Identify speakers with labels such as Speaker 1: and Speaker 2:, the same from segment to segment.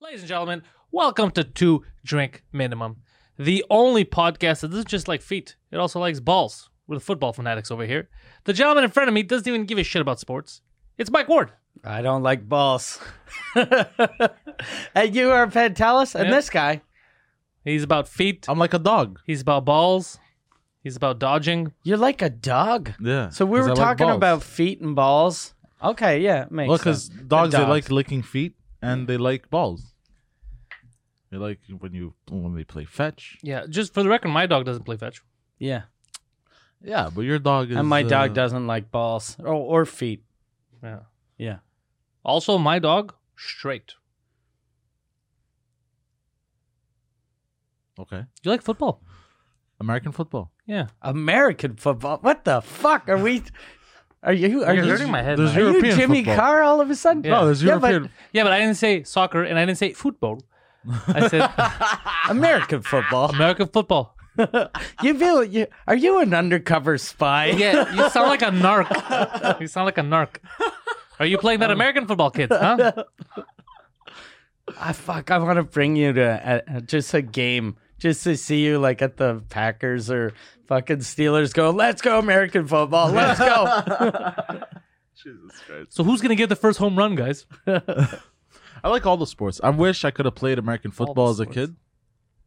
Speaker 1: Ladies and gentlemen, welcome to Two Drink Minimum, the only podcast that doesn't just like feet, it also likes balls. We're the football fanatics over here. The gentleman in front of me doesn't even give a shit about sports. It's Mike Ward.
Speaker 2: I don't like balls. and you are Pantelis, and
Speaker 1: Yep.
Speaker 2: this guy.
Speaker 1: He's about feet,
Speaker 3: I'm like a dog.
Speaker 1: he's about balls, he's about dodging.
Speaker 2: You're like a dog.
Speaker 3: Yeah.
Speaker 2: So we
Speaker 3: 'cause
Speaker 2: were
Speaker 3: I like
Speaker 2: talking
Speaker 3: balls.
Speaker 2: about feet and balls. Okay, yeah, makes
Speaker 3: well,
Speaker 2: sense.
Speaker 3: because
Speaker 2: They're
Speaker 3: dogs, they
Speaker 2: dogs.
Speaker 3: like licking feet and they like balls. They like when you when they play fetch.
Speaker 1: Yeah, just for the record, my dog doesn't play fetch.
Speaker 2: yeah,
Speaker 3: Yeah, but your dog is
Speaker 2: and my dog
Speaker 3: uh,
Speaker 2: doesn't like balls or, or feet.
Speaker 1: Yeah.
Speaker 2: Yeah,
Speaker 1: Also, my dog, straight.
Speaker 3: Okay,
Speaker 1: You like football?
Speaker 3: American football.
Speaker 1: Yeah.
Speaker 2: American football. What the fuck are we? Are you? Are
Speaker 1: You're
Speaker 2: you?
Speaker 1: hurting my head.
Speaker 3: There's
Speaker 1: Mike.
Speaker 2: Are you
Speaker 3: European
Speaker 2: Jimmy
Speaker 3: football.
Speaker 2: Carr all of a sudden?
Speaker 1: Yeah. No,
Speaker 3: there's
Speaker 2: Yeah, but
Speaker 3: European-
Speaker 1: Yeah, but I didn't say soccer and I didn't say football. I said
Speaker 2: American football.
Speaker 1: American football.
Speaker 2: you feel? You are you an undercover spy?
Speaker 1: Yeah, you sound like a narc. You sound like a narc. Are you playing that American football, kids? Huh?
Speaker 2: I fuck. I want to bring you to uh, just a game, just to see you like at the Packers or fucking Steelers. Go, let's go American football. Let's go.
Speaker 1: So who's gonna get the first home run, guys?
Speaker 3: I like all the sports. I wish I could have played American
Speaker 1: the
Speaker 3: football as a
Speaker 1: sports.
Speaker 3: kid.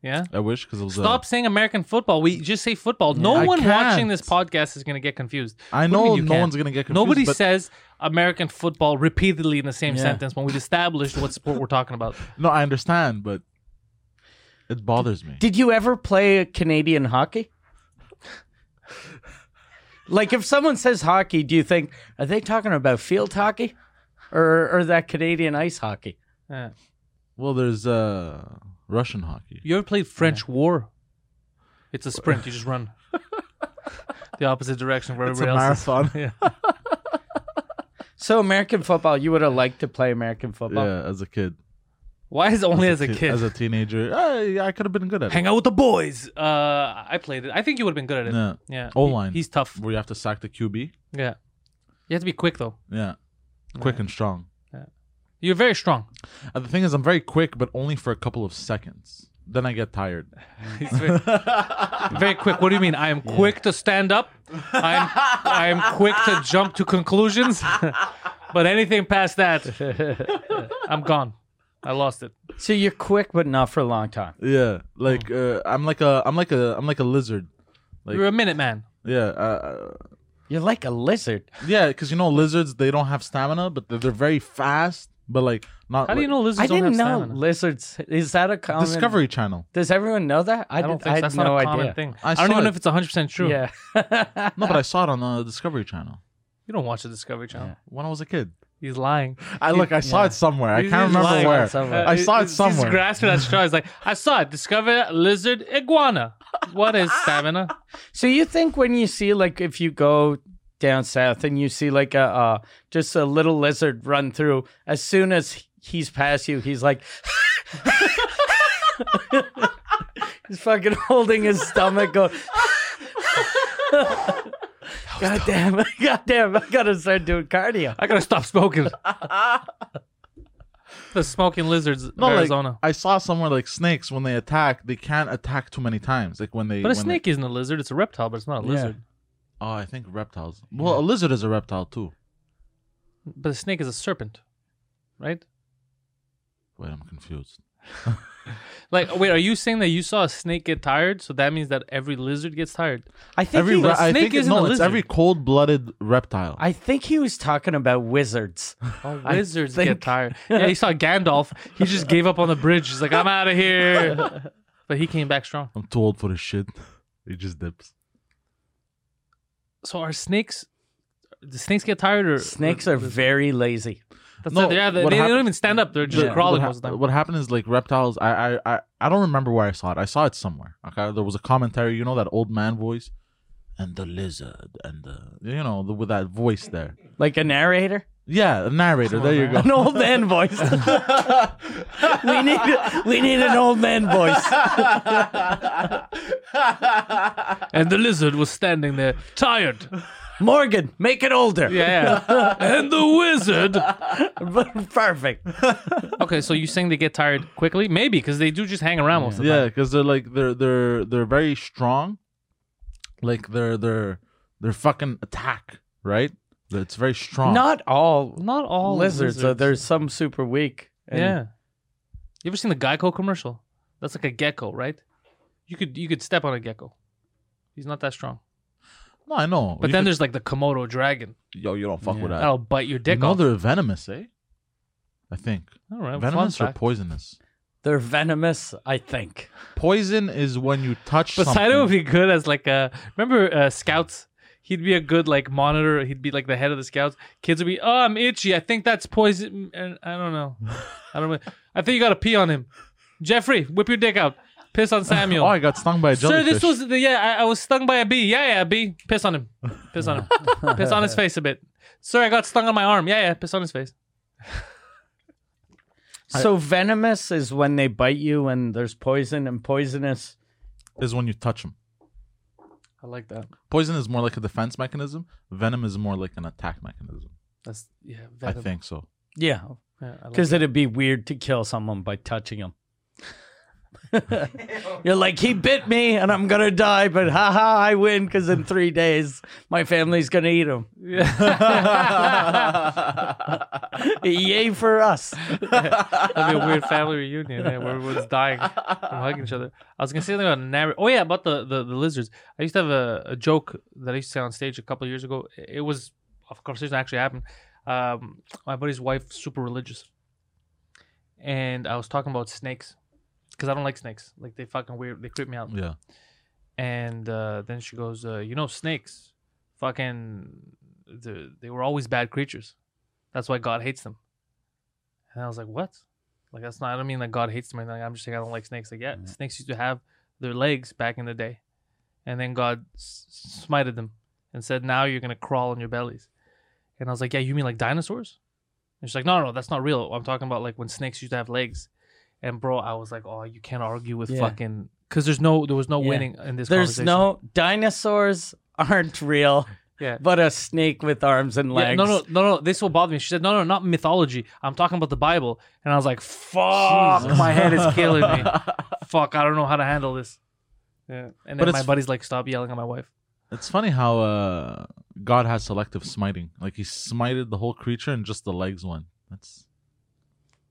Speaker 1: Yeah.
Speaker 3: I wish because it was. uh,
Speaker 1: Stop saying American football. We just say football. No
Speaker 3: I
Speaker 1: one
Speaker 3: can't.
Speaker 1: watching this podcast is gonna get confused. What do
Speaker 3: I
Speaker 1: you
Speaker 3: know
Speaker 1: mean you
Speaker 3: no
Speaker 1: can't?
Speaker 3: one's gonna get confused.
Speaker 1: Nobody
Speaker 3: but
Speaker 1: says American football repeatedly in the same
Speaker 2: Yeah.
Speaker 1: sentence when we've established what sport we're talking about.
Speaker 3: No, I understand, but it bothers me.
Speaker 2: Did you ever play Canadian hockey? Like, if someone says hockey, do you think are they talking about field hockey, or or that Canadian ice hockey?
Speaker 1: Yeah.
Speaker 3: Well, there's uh Russian hockey.
Speaker 1: You ever played French War? It's a sprint. You just run the opposite direction where
Speaker 3: It's a
Speaker 1: everybody else.
Speaker 3: marathon.
Speaker 1: Is. Yeah.
Speaker 2: So American football, you would have liked to play American football.
Speaker 3: Yeah, as a kid.
Speaker 1: Why is it only as a
Speaker 3: Te-
Speaker 1: kid?
Speaker 3: As a teenager, I, I could have been good at it.
Speaker 1: Hang out with the boys. Uh, I played it. I think you would have been good at it.
Speaker 3: Yeah.
Speaker 1: Yeah.
Speaker 3: O-line.
Speaker 1: He- he's tough.
Speaker 3: Where you have to sack the QB.
Speaker 1: Yeah. You have to be quick though.
Speaker 3: Yeah. Quick and strong.
Speaker 1: You're very strong.
Speaker 3: Uh, the thing is, I'm very quick, but only for a couple of seconds. Then I get tired.
Speaker 1: He's very, very quick. What do you mean? I am quick to stand up. I'm I am quick to jump to conclusions. but anything past that, I'm gone. I lost it.
Speaker 2: So you're quick, but not for a long time.
Speaker 3: Yeah, like
Speaker 1: Oh.
Speaker 3: uh, I'm like a I'm like a I'm like a lizard. Like-
Speaker 1: You're a minute man.
Speaker 3: Yeah, uh, uh,
Speaker 2: You're like a lizard.
Speaker 3: yeah, because you know lizards they don't have stamina, but they're, they're very fast. But like not.
Speaker 1: How do you
Speaker 3: like-
Speaker 1: know lizards
Speaker 2: I
Speaker 1: don't have
Speaker 2: didn't know
Speaker 1: stamina?
Speaker 2: lizards. Is that a common?
Speaker 3: Discovery Channel.
Speaker 2: Does everyone know that?
Speaker 1: I don't think
Speaker 2: did-
Speaker 1: so.
Speaker 2: had
Speaker 1: that's
Speaker 2: no
Speaker 1: not a
Speaker 2: idea.
Speaker 1: common thing.
Speaker 3: I
Speaker 1: I, don't even
Speaker 3: saw
Speaker 1: know
Speaker 3: it.
Speaker 1: if it's 100% true.
Speaker 2: Yeah.
Speaker 3: No, but
Speaker 1: Ah.
Speaker 3: I saw it on the Discovery Channel
Speaker 1: You don't watch the Discovery Channel.
Speaker 3: when I was a kid.
Speaker 1: He's lying.
Speaker 3: I look, I saw it somewhere. I
Speaker 1: He's
Speaker 3: can't remember
Speaker 1: lying.
Speaker 3: where.
Speaker 2: Somewhere.
Speaker 3: I saw it
Speaker 1: he's- He's
Speaker 3: somewhere.
Speaker 1: grasping at straws. Like I saw it. Discover lizard iguana. What is stamina?
Speaker 2: so you think when you see like if you go down south and you see like a uh, just a little lizard run through, as soon as he's past you, he's like. He's fucking holding his stomach. Going, God damn! God damn! I gotta start doing cardio.
Speaker 1: I gotta stop smoking. the smoking lizards of
Speaker 3: No, like,
Speaker 1: Arizona.
Speaker 3: I saw somewhere like snakes when they attack, they can't attack too many times. Like when they
Speaker 1: but a
Speaker 3: when
Speaker 1: snake isn't a lizard. It's a reptile, but it's not a
Speaker 2: Yeah.
Speaker 1: lizard.
Speaker 3: They, oh, I think reptiles. Well, a lizard is a reptile too.
Speaker 1: But a snake is a serpent, right?
Speaker 3: Wait, I'm confused.
Speaker 1: Like, wait, are you saying that you saw a snake get tired? So that means that every lizard gets tired.
Speaker 2: I think
Speaker 3: Every
Speaker 2: he
Speaker 3: re-
Speaker 2: was,
Speaker 3: I
Speaker 1: snake
Speaker 3: think it-
Speaker 1: isn't a
Speaker 3: no, it's
Speaker 1: lizard.
Speaker 3: every cold-blooded reptile.
Speaker 2: I think he was talking about wizards.
Speaker 1: Oh, lizards
Speaker 2: think-
Speaker 1: get tired. Yeah, he saw Gandalf. He just gave up on the bridge. He's like, I'm out of here. But he came back strong.
Speaker 3: I'm too old for this shit. He just dips.
Speaker 1: So are snakes? Do snakes get tired or
Speaker 2: Snakes are very lazy.
Speaker 1: That's
Speaker 3: No,
Speaker 1: not, yeah, they,
Speaker 3: what
Speaker 1: they
Speaker 3: hap-
Speaker 1: don't even stand up. They're just
Speaker 2: Yeah.
Speaker 1: crawling
Speaker 3: what, hap-
Speaker 1: most of the time.
Speaker 3: what happened is like reptiles. I, I I I don't remember where I saw it. I saw it somewhere. Okay, there was a commentary. You know that old man voice, and the lizard, and the you know the, with that voice there.
Speaker 2: Like a narrator,
Speaker 3: Yeah, a narrator. there you go.
Speaker 2: an old man voice. we need we need an old man voice.
Speaker 1: And the lizard was standing there, tired.
Speaker 2: Morgan, make it older.
Speaker 1: Yeah. yeah. and the wizard.
Speaker 2: Perfect.
Speaker 1: Okay, so you saying they get tired quickly? Maybe because they do just hang around most of the
Speaker 3: Yeah,
Speaker 1: time.
Speaker 3: because they're like they're they're they're very strong. Like they're they're they're fucking attack right. It's very strong.
Speaker 2: Not all
Speaker 1: Not all
Speaker 2: lizards.
Speaker 1: lizards.
Speaker 2: So there's some super weak. and-
Speaker 1: yeah. You ever seen the Geico commercial? That's like a gecko, right? You could you could step on a gecko. He's not that strong.
Speaker 3: no, I know.
Speaker 1: But
Speaker 3: You
Speaker 1: then
Speaker 3: could-
Speaker 1: there's like the Komodo dragon.
Speaker 3: yo, you don't fuck with that.
Speaker 1: That'll bite your dick
Speaker 3: no,
Speaker 1: off.
Speaker 3: they're venomous, eh? I think
Speaker 1: All right, fun
Speaker 3: venomous or
Speaker 1: fact.
Speaker 3: poisonous.
Speaker 2: They're venomous, I think.
Speaker 3: Poison is when you touch
Speaker 1: Poseidon would
Speaker 3: something.
Speaker 1: be good as like a remember uh, scouts. He'd be a good like monitor. He'd be like the head of the scouts. Kids would be, oh, I'm itchy. I think that's poison. And I don't know. I don't. know. I think you gotta pee on him. Jeffrey, whip your dick out. Piss on Samuel.
Speaker 3: Oh, I got stung by a
Speaker 1: Sir,
Speaker 3: jellyfish.
Speaker 1: this was the, yeah. I, I was stung by a bee. Yeah, yeah, a bee. Piss on him. Piss on him. piss on his face a bit. Sir, I got stung on my arm. Yeah, yeah. Piss on his face.
Speaker 2: So venomous is when they bite you and there's poison, and poisonous.
Speaker 3: is when you touch them.
Speaker 1: I like that.
Speaker 3: Poison is more like a defense mechanism. Venom is more like an attack mechanism.
Speaker 1: That's yeah.
Speaker 3: I
Speaker 1: Venom.
Speaker 3: think so.
Speaker 2: Yeah,
Speaker 1: Yeah, I like
Speaker 2: because it'd be weird to kill someone by touching them. You're like, he bit me and I'm gonna die, but haha, I win because in three days my family's gonna eat him. Yay for us.
Speaker 1: That'd be a weird family reunion yeah, where everyone's dying from hugging each other. I was gonna say something about narr- Oh yeah, about the, the, the lizards. I used to have a, a joke that I used to say on stage a couple of years ago. It was of course it actually happened. Um, my buddy's wife super religious, and I was talking about snakes because I don't like snakes. Like they fucking weird. They creep me out.
Speaker 3: Yeah.
Speaker 1: And uh, then she goes, uh, you know, snakes, fucking, the- they were always bad creatures. That's why God hates them. And I was like, what? Like that's not. I don't mean that God hates them or anything. I'm just saying I don't like snakes. Like yeah,
Speaker 2: Mm-hmm.
Speaker 1: snakes used to have their legs back in the day, and then God s- smited them and said, now you're gonna crawl on your bellies. And I was like, yeah, you mean like dinosaurs? And she's like, no, no, that's not real. I'm talking about like when snakes used to have legs. And bro, I was like, oh, you can't argue with
Speaker 2: Yeah.
Speaker 1: fucking because there's no there was no
Speaker 2: Yeah.
Speaker 1: winning in this.
Speaker 2: There's
Speaker 1: conversation.
Speaker 2: no dinosaurs aren't real,
Speaker 1: yeah.
Speaker 2: but a snake with arms and legs.
Speaker 1: Yeah, no, no, no, no. This will bother me. She said, "No, no, not mythology. I'm talking about the Bible." And I was like, "Fuck, my head is killing me. Fuck, I don't know how to handle this." Yeah. And
Speaker 3: But
Speaker 1: then my
Speaker 3: it's-
Speaker 1: buddy's like, "Stop yelling at my wife."
Speaker 3: It's funny how uh, God has selective smiting. Like he smited the whole creature and just the legs went. That's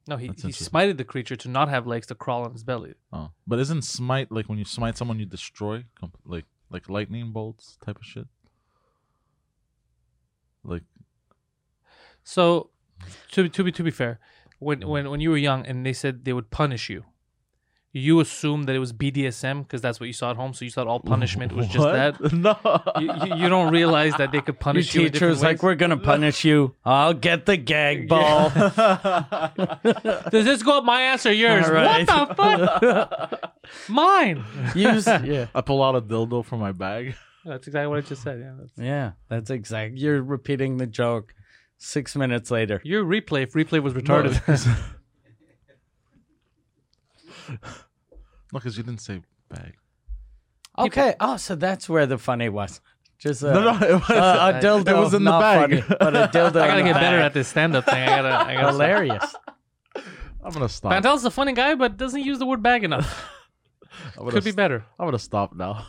Speaker 1: No, he
Speaker 3: That's
Speaker 1: he
Speaker 3: interesting.
Speaker 1: smited the creature to not have legs to crawl on his belly.
Speaker 3: oh. But isn't smite like when you smite someone you destroy com- like like lightning bolts type of shit? Like
Speaker 1: So, to be- to be to be fair, when when when you were young and they said they would punish you, you assumed that it was BDSM because that's what you saw at home. So you thought all punishment was just
Speaker 3: What?
Speaker 1: that.
Speaker 3: no.
Speaker 1: You, you, you don't realize that they could
Speaker 2: Your
Speaker 1: punish you. in
Speaker 2: teacher
Speaker 1: different
Speaker 2: was like,
Speaker 1: ways.
Speaker 2: We're gonna punish you. I'll get the gag ball.
Speaker 1: Does this go up my ass or yours?
Speaker 2: All right.
Speaker 1: What the fuck? Mine.
Speaker 2: Use yeah.
Speaker 3: I pull out a dildo from my bag.
Speaker 1: That's exactly what I just said. Yeah. that's-
Speaker 2: Yeah, that's exact. You're repeating the joke six minutes later.
Speaker 1: Your replay, if replay was retarded.
Speaker 3: No, because you didn't say bag.
Speaker 2: Okay. Oh, so that's where the funny was. Just a,
Speaker 3: No, no, it was-
Speaker 2: a, a dildo.
Speaker 3: it was in the
Speaker 2: not
Speaker 3: bag.
Speaker 2: funny, but a dildo.
Speaker 1: I gotta get better at this stand-up thing. I gotta. I gotta
Speaker 2: Hilarious.
Speaker 3: I'm gonna stop.
Speaker 1: Pantel's a funny guy, but doesn't use the word bag enough.
Speaker 3: I'm gonna
Speaker 1: Could be
Speaker 3: st-
Speaker 1: better.
Speaker 3: I'm gonna stop now.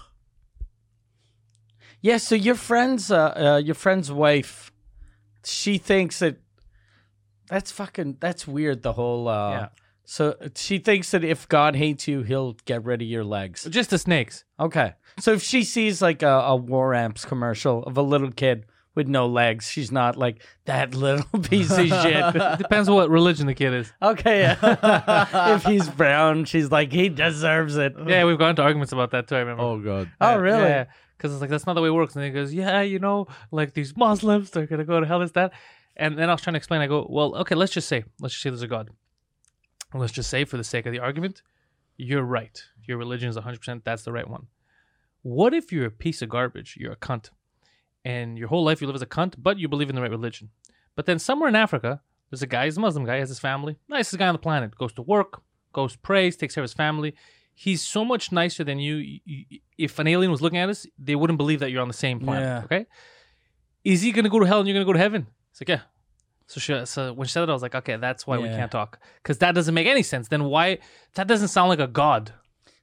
Speaker 2: yeah. So your friend's, uh, uh, your friend's wife, she thinks that that's fucking. That's weird. The whole. Uh,
Speaker 1: Yeah.
Speaker 2: So she thinks that if God hates you, he'll get rid of your legs.
Speaker 1: Just the snakes.
Speaker 2: Okay. So if she sees like a, a War Amps commercial of a little kid with no legs. She's not like that little piece of shit.
Speaker 1: Depends what religion the kid is.
Speaker 2: okay, yeah. if he's brown, she's like he deserves it.
Speaker 1: Yeah, we've gotten into arguments about that too. I remember.
Speaker 3: Oh god.
Speaker 2: Oh, really?
Speaker 1: Because it's like that's not the way it works. And he goes, yeah, you know, like these Muslims, they're gonna go to hell. Is that? And then I was trying to explain. I go, well, okay, let's just say, let's just say there's a god. And Let's just say, for the sake of the argument, you're right. Your religion is 100. percent That's the right one. What if you're a piece of garbage? You're a cunt, and your whole life you live as a cunt, but you believe in the right religion. But then somewhere in Africa, there's a guy. He's a Muslim guy. Has his family. Nicest guy on the planet. Goes to work. Goes prays. Takes care of his family he's so much nicer than you. Y- y- If an alien was looking at us, they wouldn't believe that you're on the same planet.
Speaker 2: Yeah.
Speaker 1: Okay, is he gonna go to hell and you're gonna go to heaven? It's like yeah. So she, so when she said that, I was like, okay, that's why we
Speaker 2: Yeah.
Speaker 1: can't talk because that doesn't make any sense. Then why? That doesn't sound like a god.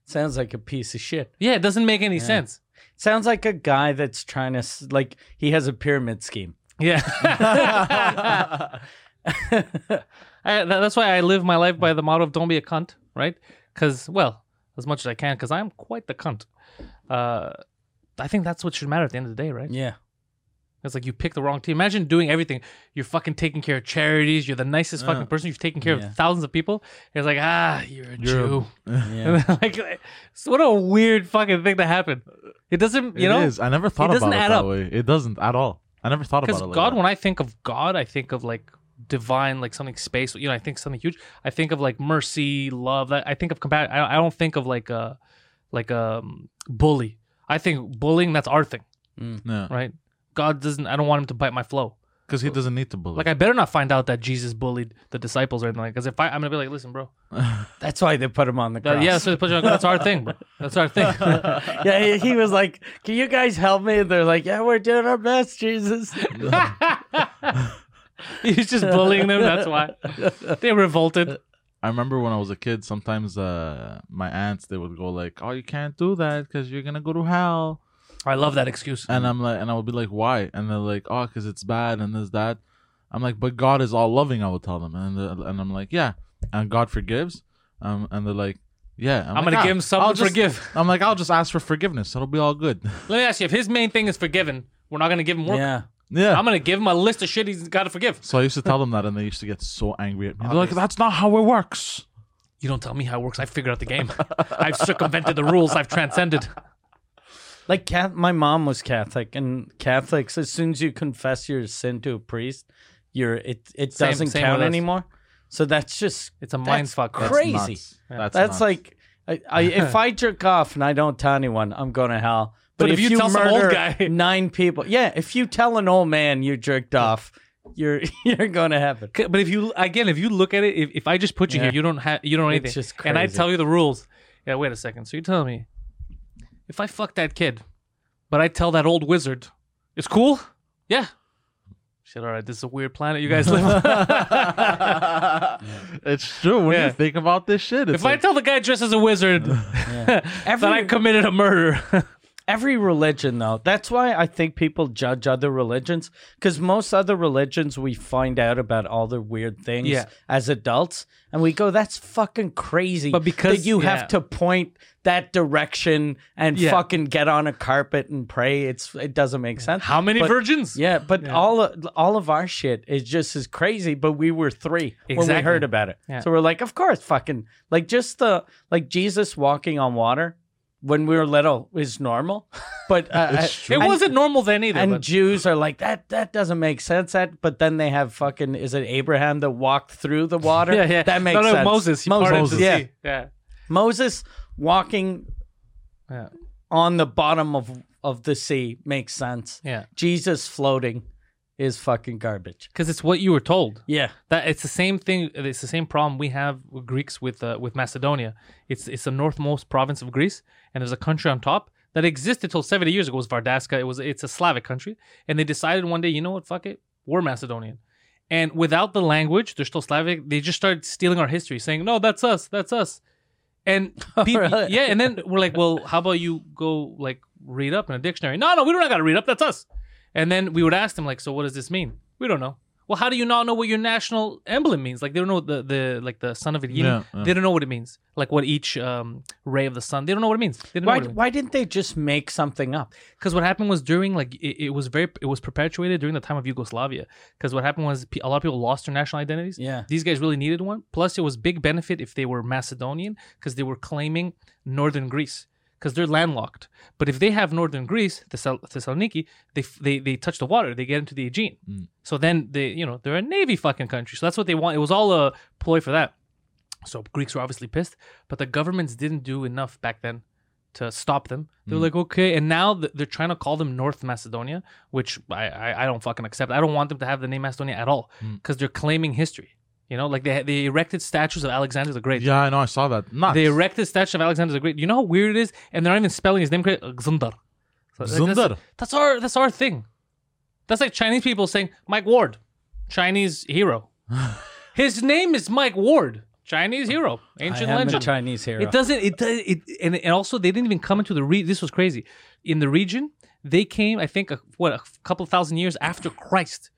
Speaker 2: Sounds like a piece of shit.
Speaker 1: Yeah, it doesn't make any sense.
Speaker 2: Sounds like a guy that's trying to s- like he has a pyramid scheme.
Speaker 1: Yeah, I, tha- that's why I live my life by the motto of "Don't be a cunt," right? Because well, as much as I can, because I'm quite the cunt. Uh, I think that's what should matter at the end of the day, right?
Speaker 2: Yeah.
Speaker 1: It's like you picked the wrong team. Imagine doing everything. You're fucking taking care of charities. You're the nicest fucking person. You've taken care
Speaker 2: Yeah.
Speaker 1: of thousands of people. It's like, ah, you're a
Speaker 3: You're a-
Speaker 1: Jew.
Speaker 2: Yeah.
Speaker 1: like, so what a weird fucking thing to happen. It doesn't, you
Speaker 3: It
Speaker 1: know,
Speaker 3: is. I never thought
Speaker 1: doesn't
Speaker 3: about it
Speaker 1: add
Speaker 3: that
Speaker 1: up.
Speaker 3: way. It doesn't at all. I never thought about
Speaker 1: because
Speaker 3: it. like
Speaker 1: God.
Speaker 3: that.
Speaker 1: When I think of God, I think of like divine, like something space. You know, I think something huge. I think of like mercy, love. I I think of compassion. I I don't think of like a like a bully. I think bullying that's our thing,
Speaker 3: Yeah.
Speaker 1: right? God doesn't. I don't want him to bite my flow.
Speaker 3: Because he doesn't need to believe.
Speaker 1: Like I better not find out that Jesus bullied the disciples or anything. Because if I, I'm gonna be like, listen, bro.
Speaker 2: That's why they put him on the
Speaker 1: That,
Speaker 2: cross.
Speaker 1: yeah, so they put you on- that's our thing, bro. That's our thing.
Speaker 2: yeah, he, he was like, "Can you guys help me?" And they're like, "Yeah, we're doing our best, Jesus."
Speaker 1: He's just bullying them. That's why they revolted.
Speaker 3: I remember when I was a kid, sometimes uh, my aunts they would go like, "Oh, you can't do that because you're gonna go to hell,"
Speaker 1: I love that excuse.
Speaker 3: and I'm like, and I would be like, "Why?" And they're like, "Oh, because it's bad and this that." I'm like, "But God is all loving," I would tell them, and the- and I'm like, "Yeah," and God forgives, um, and they're like, "Yeah."
Speaker 1: I'm
Speaker 3: like,
Speaker 1: gonna
Speaker 3: "Ah,
Speaker 1: give him something
Speaker 3: I'll
Speaker 1: to
Speaker 3: just-
Speaker 1: forgive.
Speaker 3: I'm like, "I'll just ask for forgiveness. It'll be all good."
Speaker 1: Let me ask you: If his main thing is forgiven, we're not gonna give him work.
Speaker 2: yeah.
Speaker 3: yeah.
Speaker 1: I'm gonna give him a list of shit he's got to forgive.
Speaker 3: so I used to tell them that, and they used to get so angry at me. They're like, "That's not how it works."
Speaker 1: You don't tell me how it works. I figured out the game. I've circumvented the rules. I've transcended.
Speaker 2: Like Cath- my mom was Catholic, and Catholics, as soon as you confess your sin to a priest, you're it it
Speaker 1: Same-
Speaker 2: doesn't
Speaker 1: same
Speaker 2: count
Speaker 1: with us.
Speaker 2: anymore. So that's just
Speaker 1: It's a mind
Speaker 2: that's
Speaker 1: fuck.
Speaker 2: Crazy.
Speaker 3: Nuts. That's,
Speaker 2: That's
Speaker 3: nuts.
Speaker 2: like, I, I, if I jerk off and I don't tell anyone, I'm going to hell. But,
Speaker 1: if you tell some old
Speaker 2: murder
Speaker 1: guy-
Speaker 2: nine people, yeah, if you tell an old man you jerked off, you're you're going to heaven.
Speaker 1: C- But if you again, if you look at it, if, if I just put you here, you don't have you don't know anything.
Speaker 2: It's just
Speaker 1: And I
Speaker 2: crazy.
Speaker 1: tell you the rules. Yeah, wait a second. So you're telling me if I fuck that kid, but I tell that old wizard, it's cool? Yeah. Shit, all right, this is a weird planet you guys live on.
Speaker 3: It's true. When
Speaker 1: Yeah.
Speaker 3: you think about this shit, it's
Speaker 1: if I
Speaker 3: like,
Speaker 1: tell the guy dressed as a wizard that I
Speaker 2: Every-
Speaker 1: committed a murder,
Speaker 2: Every religion, though, that's why I think people judge other religions because most other religions we find out about all the weird things
Speaker 1: Yeah.
Speaker 2: as adults, and we go, "That's fucking crazy."
Speaker 1: But because-
Speaker 2: that you
Speaker 1: yeah.
Speaker 2: have to point that direction and
Speaker 1: Yeah.
Speaker 2: fucking get on a carpet and pray, it's it doesn't make sense.
Speaker 1: how many
Speaker 2: But-
Speaker 1: virgins?
Speaker 2: Yeah, but all of, all of our shit is just as crazy. But we were three when
Speaker 1: Exactly.
Speaker 2: we heard about it,
Speaker 1: Yeah.
Speaker 2: so we're like, of course, fucking like just the like Jesus walking on water when we were little is normal, but uh,
Speaker 1: It
Speaker 2: and-
Speaker 1: wasn't normal then either.
Speaker 2: And
Speaker 1: but-
Speaker 2: Jews are like that. That doesn't make sense. That, but then they have fucking. Is it Abraham that walked through the water?
Speaker 1: yeah, yeah.
Speaker 2: That makes
Speaker 1: no, no,
Speaker 2: sense.
Speaker 1: Moses. He
Speaker 2: Moses,
Speaker 1: parted the
Speaker 2: yeah,
Speaker 1: sea. yeah.
Speaker 2: Moses walking
Speaker 1: Yeah.
Speaker 2: on the bottom of of the sea makes sense.
Speaker 1: Yeah.
Speaker 2: Jesus floating is fucking garbage.
Speaker 1: Because it's what you were told.
Speaker 2: Yeah.
Speaker 1: That it's the same thing. It's the same problem we have with Greeks with uh, with Macedonia. It's it's the northmost province of Greece, and there's a country on top that existed till 70 years ago. It was Vardaska. It was it's a Slavic country, and they decided one day, you know what, fuck it, we're Macedonian. And without the language, they're still Slavic. They just started stealing our history, saying, "No, that's us. That's us." And peop-
Speaker 2: Really?
Speaker 1: yeah, and then we're like, "Well, how about you go like read up in a dictionary?" No, no, we don't got to read up. That's us. And then we would ask them like, "So what does this mean?" We don't know. Well, how do you not know what your national emblem means? Like they don't know the, the like the son of it.
Speaker 3: Yeah, yeah.
Speaker 1: They don't know what it means. Like what each um, ray of the sun. They don't know what it means. They don't
Speaker 2: Why,
Speaker 1: know what it
Speaker 2: why didn't they just make something up?
Speaker 1: Because what happened was during like it, it was very it was perpetuated during the time of Yugoslavia. Because what happened was pe- a lot of people lost their national identities.
Speaker 2: Yeah.
Speaker 1: These guys really needed one. Plus, it was big benefit if they were Macedonian because they were claiming northern Greece because they're landlocked. But if they have northern Greece, Thessal- Thessaloniki, they, f- they they touch the water, they get into the Aegean. So then they you know they're a navy fucking country. So that's what they want. It was all a ploy for that. So Greeks were obviously pissed, but the governments didn't do enough back then to stop them.
Speaker 3: Mm-hmm.
Speaker 1: They're like, okay, and now th- they're trying to call them North Macedonia, which I, I I don't fucking accept. I don't want them to have the name Macedonia at all
Speaker 3: Mm.
Speaker 1: because they're claiming history. You know, like they they erected statues of Alexander the Great.
Speaker 3: Yeah, I know. I saw that. Nuts.
Speaker 1: They erected statue of Alexander the Great. You know how weird it is, and they're not even spelling his name correctly. Xundar. So, like, that's-
Speaker 3: Xundar.
Speaker 1: That's our that's our thing. That's like Chinese people saying Mike Ward, Chinese hero. his name is Mike Ward, Chinese hero, ancient
Speaker 2: I am
Speaker 1: legend.
Speaker 2: a Chinese hero.
Speaker 1: It doesn't. It does. It and, and also they didn't even come into the re. This was crazy. In the region, they came. I think a, what a couple thousand years after Christ.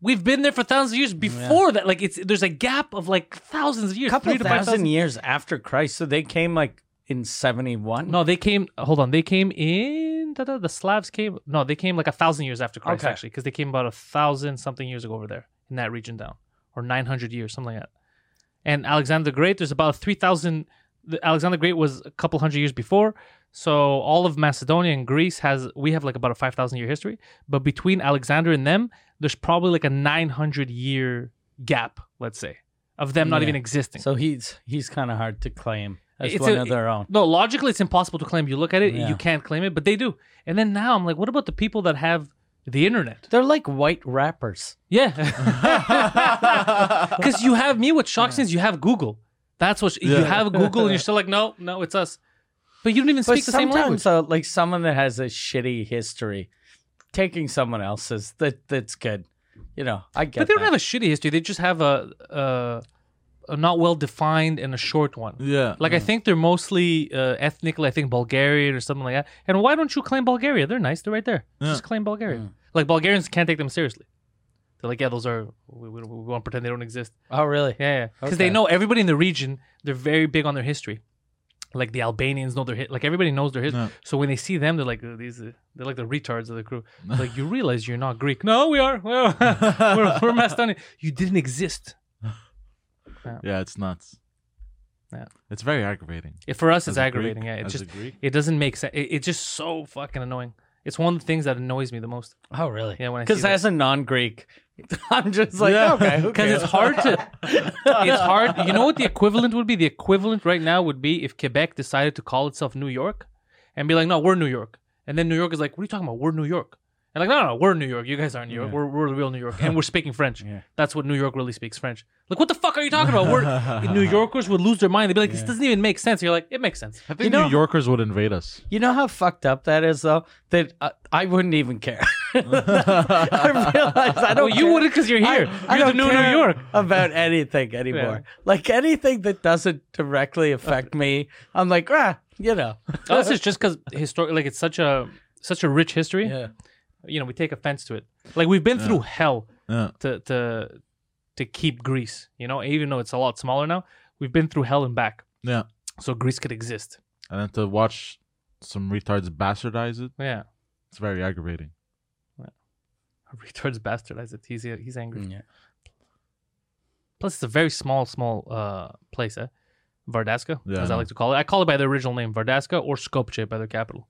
Speaker 1: We've been there for thousands of years before that. Like it's there's a gap of like thousands of years.
Speaker 2: a couple
Speaker 1: three to five
Speaker 2: thousand years after Christ, so they came like in seventy one.
Speaker 1: No, they came. Hold on, they came in. Da, da, the Slavs came. No, they came like a thousand years after Christ,
Speaker 2: Okay.
Speaker 1: actually, because they came about a thousand something years ago over there in that region down, or nine hundred years, something like that. And Alexander the Great, there's about three thousand. Alexander the Great was a couple hundred years before, so all of Macedonia and Greece has we have like about a five thousand year history, but between Alexander and them, there's probably like a nine hundred year gap, let's say, of them not
Speaker 2: Yeah.
Speaker 1: even existing.
Speaker 2: so he's he's kind of hard to claim as
Speaker 1: It's
Speaker 2: one
Speaker 1: a-
Speaker 2: of their own.
Speaker 1: No, logically it's impossible to claim. You look at it,
Speaker 2: Yeah.
Speaker 1: you can't claim it, but they do. And then now I'm like, what about the people that have the internet?
Speaker 2: They're like white rappers.
Speaker 1: Yeah. Because you have me with shock scenes, you have Google. That's what you
Speaker 3: Yeah.
Speaker 1: have Google, and you're still like, no, no, it's us. But you don't even
Speaker 2: But
Speaker 1: speak the same language.
Speaker 2: sometimes, uh, like someone that has a shitty history, taking someone else's that that's good. You know, I get.
Speaker 1: But they don't have
Speaker 2: that.
Speaker 1: a shitty history. They just have a a, a not well defined and a short one.
Speaker 3: Yeah.
Speaker 1: Like I think they're mostly uh, ethnically, I think Bulgarian or something like that. And why don't you claim Bulgaria? They're nice. They're right there. Just claim Bulgaria.
Speaker 3: Mm.
Speaker 1: Like Bulgarians can't take them seriously. They're like, yeah, those are we, we, we won't pretend they don't exist.
Speaker 2: Oh, really?
Speaker 1: Yeah, because they
Speaker 2: Okay.
Speaker 1: know everybody in the region. They're very big on their history. Like the Albanians know their hit. Like everybody knows their history.
Speaker 3: Yeah.
Speaker 1: So when they see them, they're like uh, these. Uh, they're like the retards of the crew. like you realize you're not Greek. No, we are. We're we're, we're Macedonian. You didn't exist.
Speaker 3: Yeah, it's nuts.
Speaker 1: Yeah.
Speaker 3: It's very aggravating.
Speaker 1: It, for us,
Speaker 3: As
Speaker 1: it's
Speaker 3: a Greek-
Speaker 1: aggravating. yeah, it's
Speaker 3: as a
Speaker 1: just
Speaker 3: Greek?
Speaker 1: it doesn't make sense. It, it's just so fucking annoying. It's one of the things that annoys me the most.
Speaker 2: Oh, really?
Speaker 1: Yeah, when I
Speaker 2: because
Speaker 1: see that.
Speaker 2: as a non-Greek, I'm just like,
Speaker 3: Yeah.
Speaker 2: okay,
Speaker 1: Because it's hard to, it's hard. You know what the equivalent would be? The equivalent right now would be if Quebec decided to call itself New York, and be like, no, we're New York, and then New York is like, what are you talking about? We're New York, and like, no, no, no we're New York. You guys aren't New York. We're we're the real New York, and we're speaking French. That's what New York really speaks French. Like, what the fuck are you talking about? We're, New Yorkers would lose their mind. They'd be like, this doesn't even make sense. You're like, it makes sense.
Speaker 3: I think
Speaker 2: know-
Speaker 3: New Yorkers would invade us.
Speaker 2: You know how fucked up that is, though. That uh, I wouldn't even care. I realize I
Speaker 1: Oh,
Speaker 2: don't.
Speaker 1: you
Speaker 2: care.
Speaker 1: wouldn't because you're here.
Speaker 2: I
Speaker 1: you're the
Speaker 2: don't
Speaker 1: new
Speaker 2: care
Speaker 1: New York.
Speaker 2: about anything anymore. Like anything that doesn't directly affect me, I'm like, ah, you know.
Speaker 1: Us is just because historically, like it's such a such a rich history.
Speaker 2: Yeah.
Speaker 1: You know, we take offense to it. Like we've been through hell
Speaker 3: Yeah.
Speaker 1: to to to keep Greece. You know, even though it's a lot smaller now, we've been through hell and back.
Speaker 3: Yeah.
Speaker 1: So Greece could exist.
Speaker 3: And then to watch some retards bastardize it,
Speaker 1: Yeah.
Speaker 3: it's very aggravating.
Speaker 1: Retards bastardize it. He's he's angry.
Speaker 2: Yeah.
Speaker 1: Plus, it's a very small, small uh, place, eh? Vardaska,
Speaker 3: Yeah,
Speaker 1: as I
Speaker 3: I know.
Speaker 1: like to call it. I call it by the original name, Vardaska or Skopje by their capital.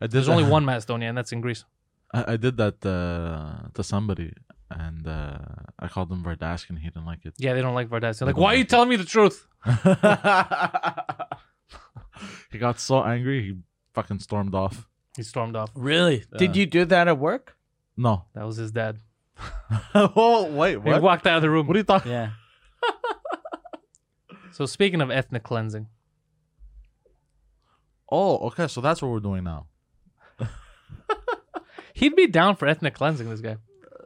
Speaker 3: I did
Speaker 1: There's
Speaker 3: that-
Speaker 1: only one Macedonia, and that's in Greece.
Speaker 3: I, I did that uh, to somebody, and uh, I called him Verdask, and he didn't like it.
Speaker 1: Yeah, they don't like Vardaska. Like,
Speaker 3: don't
Speaker 1: why are
Speaker 3: like
Speaker 1: you telling me the truth?
Speaker 3: he got so angry, he fucking stormed off.
Speaker 1: He stormed off.
Speaker 2: Really? Uh, Did you do that at work?
Speaker 3: No.
Speaker 1: That was his dad.
Speaker 3: oh wait,
Speaker 1: He walked out of the room.
Speaker 3: What are you talking?
Speaker 2: Yeah.
Speaker 1: So speaking of ethnic cleansing,
Speaker 3: Oh, okay. So that's what we're doing now.
Speaker 1: he'd be down for ethnic cleansing. This guy,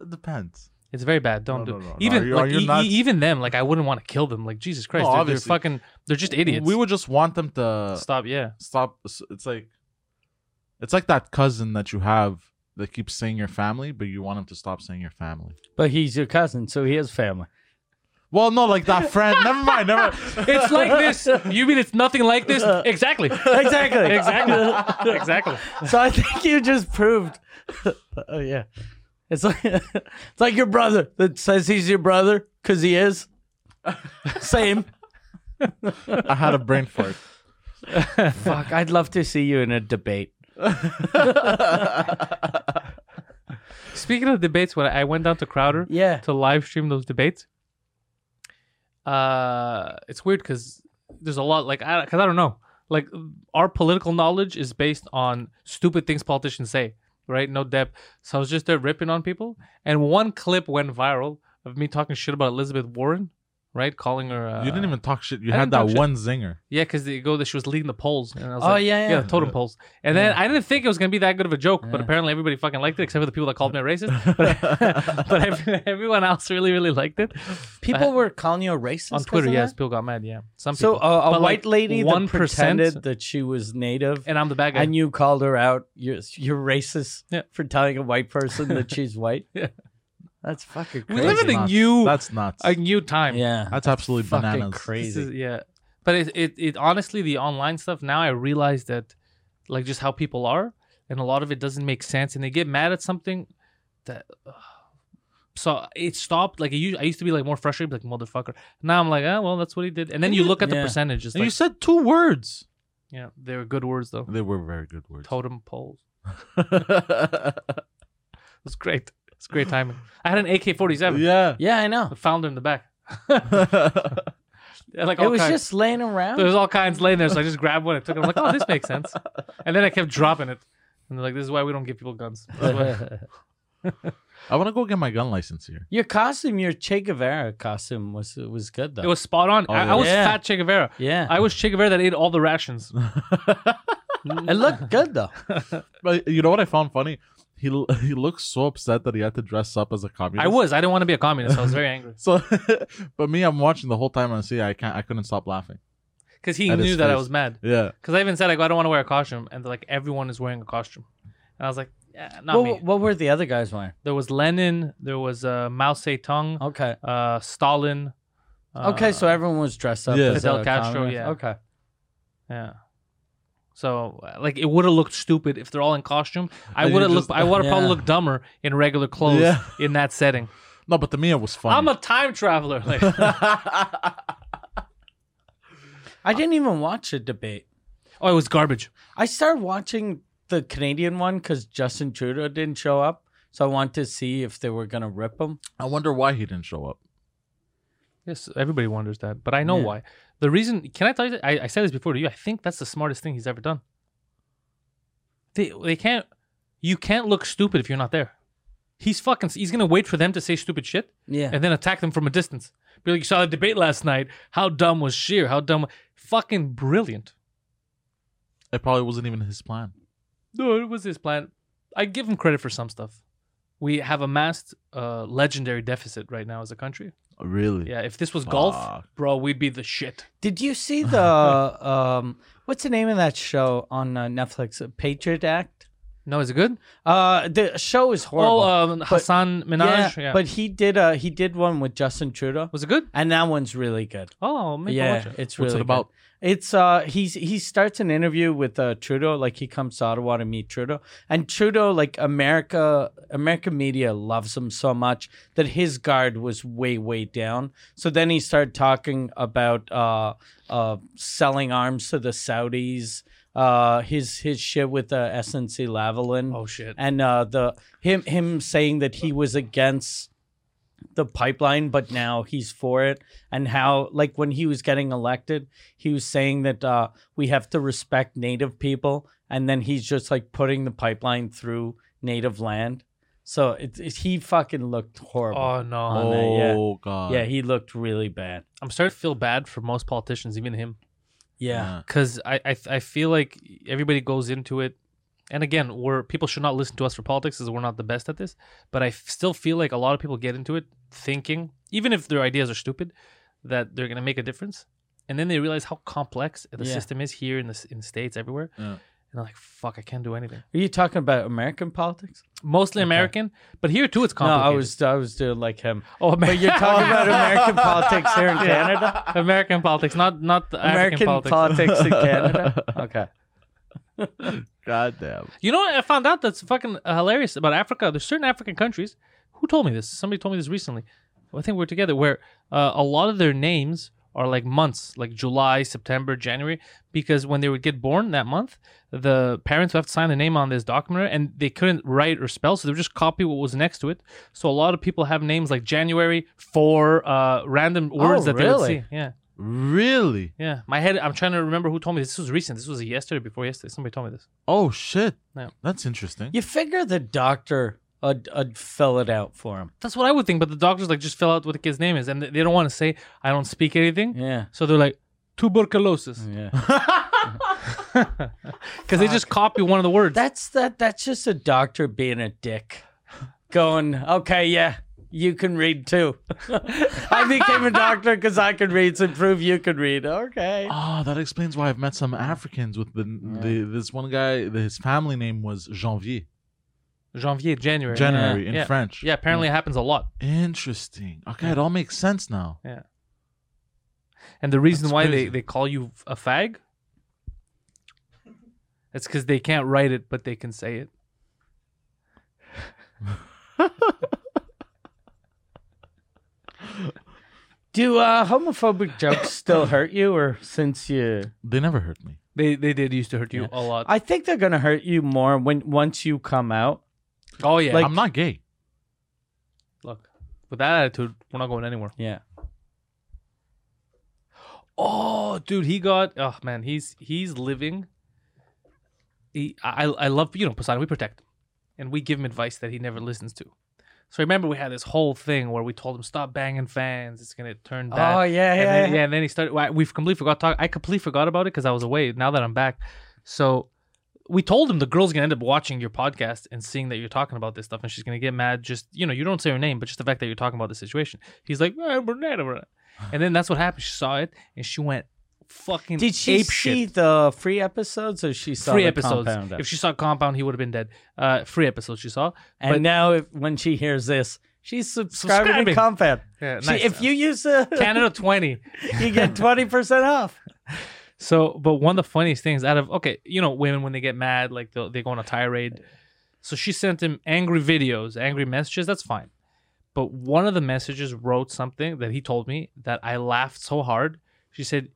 Speaker 3: It depends.
Speaker 1: it's very bad. Don't do
Speaker 3: No, no, no, no. Are
Speaker 1: even
Speaker 3: you-
Speaker 1: like,
Speaker 3: are you
Speaker 1: e- e-
Speaker 3: nuts?
Speaker 1: even them. Like I wouldn't want to kill them. Like Jesus Christ,
Speaker 3: No,
Speaker 1: they're, they're
Speaker 3: obviously.
Speaker 1: fucking they're just idiots. Uh,
Speaker 3: We would just want them to
Speaker 1: stop. Yeah,
Speaker 3: stop. s- It's like, it's like that cousin that you have that keeps saying your family, but you want him to stop saying your family.
Speaker 2: But he's your cousin, so he has family.
Speaker 3: Well, no, like that friend. never mind. Never.
Speaker 1: It's like this. You mean it's nothing like this? Exactly.
Speaker 2: Exactly.
Speaker 1: Exactly. Exactly.
Speaker 2: So I think you just proved. oh yeah, it's like it's like your brother that says he's your brother because he is. Same.
Speaker 3: I had a brain fart.
Speaker 2: Fuck, I'd love to see you in a debate.
Speaker 1: Speaking of debates, when I went down to Crowder
Speaker 2: Yeah.
Speaker 1: to live stream those debates, uh, it's weird because there's a lot like I because I don't know. Like our political knowledge is based on stupid things politicians say, right? No depth. So I was just there ripping on people, and one clip went viral of me talking shit about Elizabeth Warren, right? Calling her. Uh,
Speaker 3: you didn't even talk shit. You
Speaker 1: I
Speaker 3: had
Speaker 1: didn't talk
Speaker 3: that
Speaker 1: shit.
Speaker 3: one zinger.
Speaker 1: Yeah, because they go that she was leading the polls, and I was
Speaker 2: Oh,
Speaker 1: like,
Speaker 2: yeah, yeah.
Speaker 1: the totem polls. And then I didn't think it was gonna be that good of a joke, but apparently everybody fucking liked it, except for the people that called me a racist. But, but ev- everyone else really, really liked it
Speaker 2: People were calling you a racist
Speaker 1: on
Speaker 2: 'cause
Speaker 1: Twitter.
Speaker 2: of
Speaker 1: Yes,
Speaker 2: that?
Speaker 1: people got mad. Yeah, some
Speaker 2: So uh,
Speaker 1: people.
Speaker 2: a, a
Speaker 1: But, like,
Speaker 2: white lady that
Speaker 1: 1%.
Speaker 2: pretended that she was native, and,
Speaker 1: and I'm the bad guy.
Speaker 2: you called her out. You're you're racist
Speaker 1: Yeah.
Speaker 2: for telling a white person that she's white.
Speaker 1: Yeah.
Speaker 2: That's fucking
Speaker 1: We
Speaker 2: crazy.
Speaker 1: live in a
Speaker 3: Nuts.
Speaker 1: new-
Speaker 3: That's nuts.
Speaker 1: a new time.
Speaker 2: yeah,
Speaker 3: That's absolutely
Speaker 2: fucking
Speaker 3: bananas.
Speaker 1: This
Speaker 2: crazy.
Speaker 1: is- yeah, but it, it it honestly the online stuff now I realize that like just how people are, and a lot of it doesn't make sense, and they get mad at something that. ugh. so it stopped. Like it used, I used to be like more frustrated, like motherfucker. Now I'm like, ah, well, that's what he did. And then you look at the
Speaker 2: Yeah.
Speaker 1: percentages.
Speaker 3: And you
Speaker 1: Like,
Speaker 3: said two words.
Speaker 1: yeah, they were good words though.
Speaker 3: They were very good words.
Speaker 1: Totem poles. It was great. It's great timing. I had an AK-47.
Speaker 3: yeah.
Speaker 2: yeah, I know.
Speaker 1: I found her in the back. like
Speaker 2: It
Speaker 1: all
Speaker 2: was
Speaker 1: kinds.
Speaker 2: just laying around.
Speaker 1: There's all kinds laying there, so I just grabbed one and took it. I'm like, oh, this makes sense. And then I kept dropping it. And they're like, this is why we don't give people guns. This is why-
Speaker 3: I want to go get my gun license here.
Speaker 2: Your costume, your Che Guevara costume was was good though.
Speaker 1: it was spot on. I, I was
Speaker 2: yeah.
Speaker 1: fat Che Guevara.
Speaker 2: yeah,
Speaker 1: I was Che Guevara that ate all the rations.
Speaker 2: it looked good though.
Speaker 3: But you know what I found funny? He l- he looks so upset that he had to dress up as a communist.
Speaker 1: I was. I didn't want to be a communist. I was very angry
Speaker 3: So, but me, I'm watching the whole time and I see I can't. I couldn't stop laughing.
Speaker 1: because he
Speaker 3: At his
Speaker 1: knew that I
Speaker 3: face.
Speaker 1: was mad.
Speaker 3: Yeah.
Speaker 1: Because I even said, like, I don't want to wear a costume, and they're like, everyone is wearing a costume. And I was like, yeah, not
Speaker 2: What,
Speaker 1: me.
Speaker 2: what were the other guys wearing?
Speaker 1: There was Lenin. There was uh, Mao Zedong.
Speaker 2: Okay,
Speaker 1: Uh, Stalin. Uh,
Speaker 2: okay, so everyone was dressed up.
Speaker 3: yeah.
Speaker 2: as
Speaker 1: Fidel
Speaker 2: a
Speaker 1: Castro,
Speaker 2: communist.
Speaker 1: yeah.
Speaker 2: Okay,
Speaker 1: Yeah. So uh, like it would have looked stupid if they're all in costume. I
Speaker 3: And
Speaker 1: would have
Speaker 3: you
Speaker 1: looked.
Speaker 3: just-
Speaker 1: I would have probably
Speaker 2: Yeah.
Speaker 1: looked dumber in regular clothes
Speaker 3: Yeah.
Speaker 1: in that setting.
Speaker 3: No, but to me it was funny.
Speaker 1: I'm a time traveler. Like,
Speaker 2: I didn't even watch a debate.
Speaker 1: oh, it was garbage.
Speaker 2: I started watching the Canadian one because Justin Trudeau didn't show up, so I wanted to see if they were gonna rip him.
Speaker 3: I wonder why he didn't show up.
Speaker 1: Yes, everybody wonders that, but I know
Speaker 2: Yeah.
Speaker 1: why. The reason, can I tell you? that- I, I said this before to you. I think that's the smartest thing he's ever done. They they can't. You can't look stupid if you're not there. He's fucking. He's gonna wait for them to say stupid shit.
Speaker 2: Yeah,
Speaker 1: and then attack them from a distance. Be like, you saw the debate last night. How dumb was Sheer? How dumb? Fucking brilliant.
Speaker 3: It probably wasn't even his plan.
Speaker 1: No, it was his plan. I give him credit for some stuff. We have amassed a legendary deficit right now as a country.
Speaker 3: Really?
Speaker 1: Yeah, if this was golf,
Speaker 3: Fuck.
Speaker 1: bro, we'd be the shit.
Speaker 2: Did you see the um what's the name of that show on uh, Netflix? Patriot Act.
Speaker 1: No, is it good?
Speaker 2: Uh, the show is horrible.
Speaker 1: Oh, um, Hassan
Speaker 2: yeah,
Speaker 1: Minaj. Yeah,
Speaker 2: but he did uh he did one with Justin Trudeau,
Speaker 1: was it good?
Speaker 2: and that one's really good.
Speaker 1: Oh, maybe I'll
Speaker 2: yeah,
Speaker 1: watch it.
Speaker 2: it's really
Speaker 3: What's it
Speaker 2: good.
Speaker 3: about?
Speaker 2: It's uh he's he starts an interview with uh Trudeau like he comes to Ottawa to meet Trudeau and Trudeau like America American media loves him so much that his guard was way way down so then he started talking about uh uh selling arms to the Saudis uh his his shit with uh, SNC Lavalin
Speaker 1: Oh shit.
Speaker 2: and uh the him him saying that he was against the pipeline but now he's for it and how like when he was getting elected he was saying that uh we have to respect native people and then he's just like putting the pipeline through native land so it, it- he fucking looked horrible
Speaker 1: Oh no.
Speaker 2: on that, yeah.
Speaker 3: Oh god.
Speaker 2: yeah he looked really bad
Speaker 1: I'm starting to feel bad for most politicians, even him.
Speaker 2: yeah
Speaker 1: because I, I I feel like everybody goes into it, and again, we're people should not listen to us for politics, as we're not the best at this. But I f- still feel like a lot of people get into it thinking, even if their ideas are stupid, that they're gonna make a difference, and then they realize how complex the
Speaker 2: Yeah.
Speaker 1: system is here in the s- in the states everywhere,
Speaker 3: Yeah.
Speaker 1: And I'm like, fuck, I can't do anything.
Speaker 2: Are you talking about American politics?
Speaker 1: Mostly American, but here too it's
Speaker 2: No,
Speaker 1: complicated.
Speaker 2: I was I was doing like him.
Speaker 1: Oh, Amer-
Speaker 2: But you're talking about American politics here in Canada.
Speaker 1: American politics, not not the African
Speaker 2: American
Speaker 1: politics.
Speaker 2: politics in Canada. Okay.
Speaker 3: Goddamn.
Speaker 1: you know what I found out that's fucking uh, hilarious about Africa? There's certain African countries. Who told me this? Somebody told me this recently. I think we were together. Where uh, a lot of their names are like months, like July, September, January, because when they would get born that month, the parents would have to sign the name on this document, and they couldn't write or spell, so they would just copy what was next to it. So a lot of people have names like January for uh, random words that they would
Speaker 2: really?
Speaker 1: see. Yeah.
Speaker 3: Really?
Speaker 1: Yeah, my head. I'm trying to remember who told me this. This was recent. This was yesterday, before yesterday. Somebody told me this.
Speaker 3: Oh shit.
Speaker 1: Yeah.
Speaker 3: That's interesting.
Speaker 2: You figure the doctor would, would fill it out for him.
Speaker 1: That's what I would think, but the doctors like just fill out what the kid's name is, and they they don't want to say I don't speak anything,
Speaker 2: Yeah.
Speaker 1: so they're like tuberculosis
Speaker 2: Yeah.
Speaker 1: because they just copy one of the words.
Speaker 2: That's that. That's just a doctor being a dick, going, okay, yeah, you can read too. I became a doctor because I could read, so prove you could read. Okay.
Speaker 3: Ah, that explains why I've met some Africans with the, the this one guy. His family name was Janvier,
Speaker 1: Janvier, January.
Speaker 3: January in
Speaker 1: yeah.
Speaker 3: French.
Speaker 1: Yeah, apparently it happens a lot.
Speaker 3: Interesting. Okay, it all makes sense now.
Speaker 1: Yeah, and the reason
Speaker 3: That's
Speaker 1: why
Speaker 3: crazy.
Speaker 1: they they call you a fag, it's because they can't write it, but they can say it.
Speaker 2: Do uh, homophobic jokes still hurt you, or since you?
Speaker 3: They never hurt me.
Speaker 1: They they did used to hurt you
Speaker 2: Yeah.
Speaker 1: a lot.
Speaker 2: I think they're gonna hurt you more when once you come out.
Speaker 1: oh yeah,
Speaker 2: like-
Speaker 3: I'm not gay.
Speaker 1: look with that attitude, we're not going anywhere.
Speaker 2: Yeah.
Speaker 1: Oh, dude, he got. Oh man, he's he's living. He, I, I love you know Poseidon. We protect him, and we give him advice that he never listens to. So remember, we had this whole thing where we told him stop banging fans. It's gonna turn bad.
Speaker 2: Oh yeah,
Speaker 1: and
Speaker 2: yeah,
Speaker 1: then, yeah. And then he started. well, We've completely forgot. Talk. I completely forgot about it because I was away. Now that I'm back, so we told him the girl's gonna end up watching your podcast and seeing that you're talking about this stuff, and she's gonna get mad. Just you know, you don't say her name, but just the fact that you're talking about the situation. He's like, eh, Bernard, Bernard." and then that's what happened. She saw it and she went fucking.
Speaker 2: Did she
Speaker 1: ape
Speaker 2: see
Speaker 1: shit.
Speaker 2: the free episodes, or she saw
Speaker 1: Three
Speaker 2: the
Speaker 1: episodes.
Speaker 2: Compound
Speaker 1: If she saw Compound, he would have been dead. Uh, three episodes she saw.
Speaker 2: And
Speaker 1: But-
Speaker 2: now, if, when she hears this, she's subscribing,
Speaker 1: Subscribing.
Speaker 2: to Compound.
Speaker 1: Yeah,
Speaker 2: She-
Speaker 1: nice.
Speaker 2: if you use uh,
Speaker 1: Canada twenty.
Speaker 2: you get twenty percent off.
Speaker 1: So, but one of the funniest things out of okay, you know, women when they get mad, like they'll- they go on a tirade. So she sent him angry videos, angry messages. That's fine, but one of the messages wrote something that he told me that I laughed so hard. She said,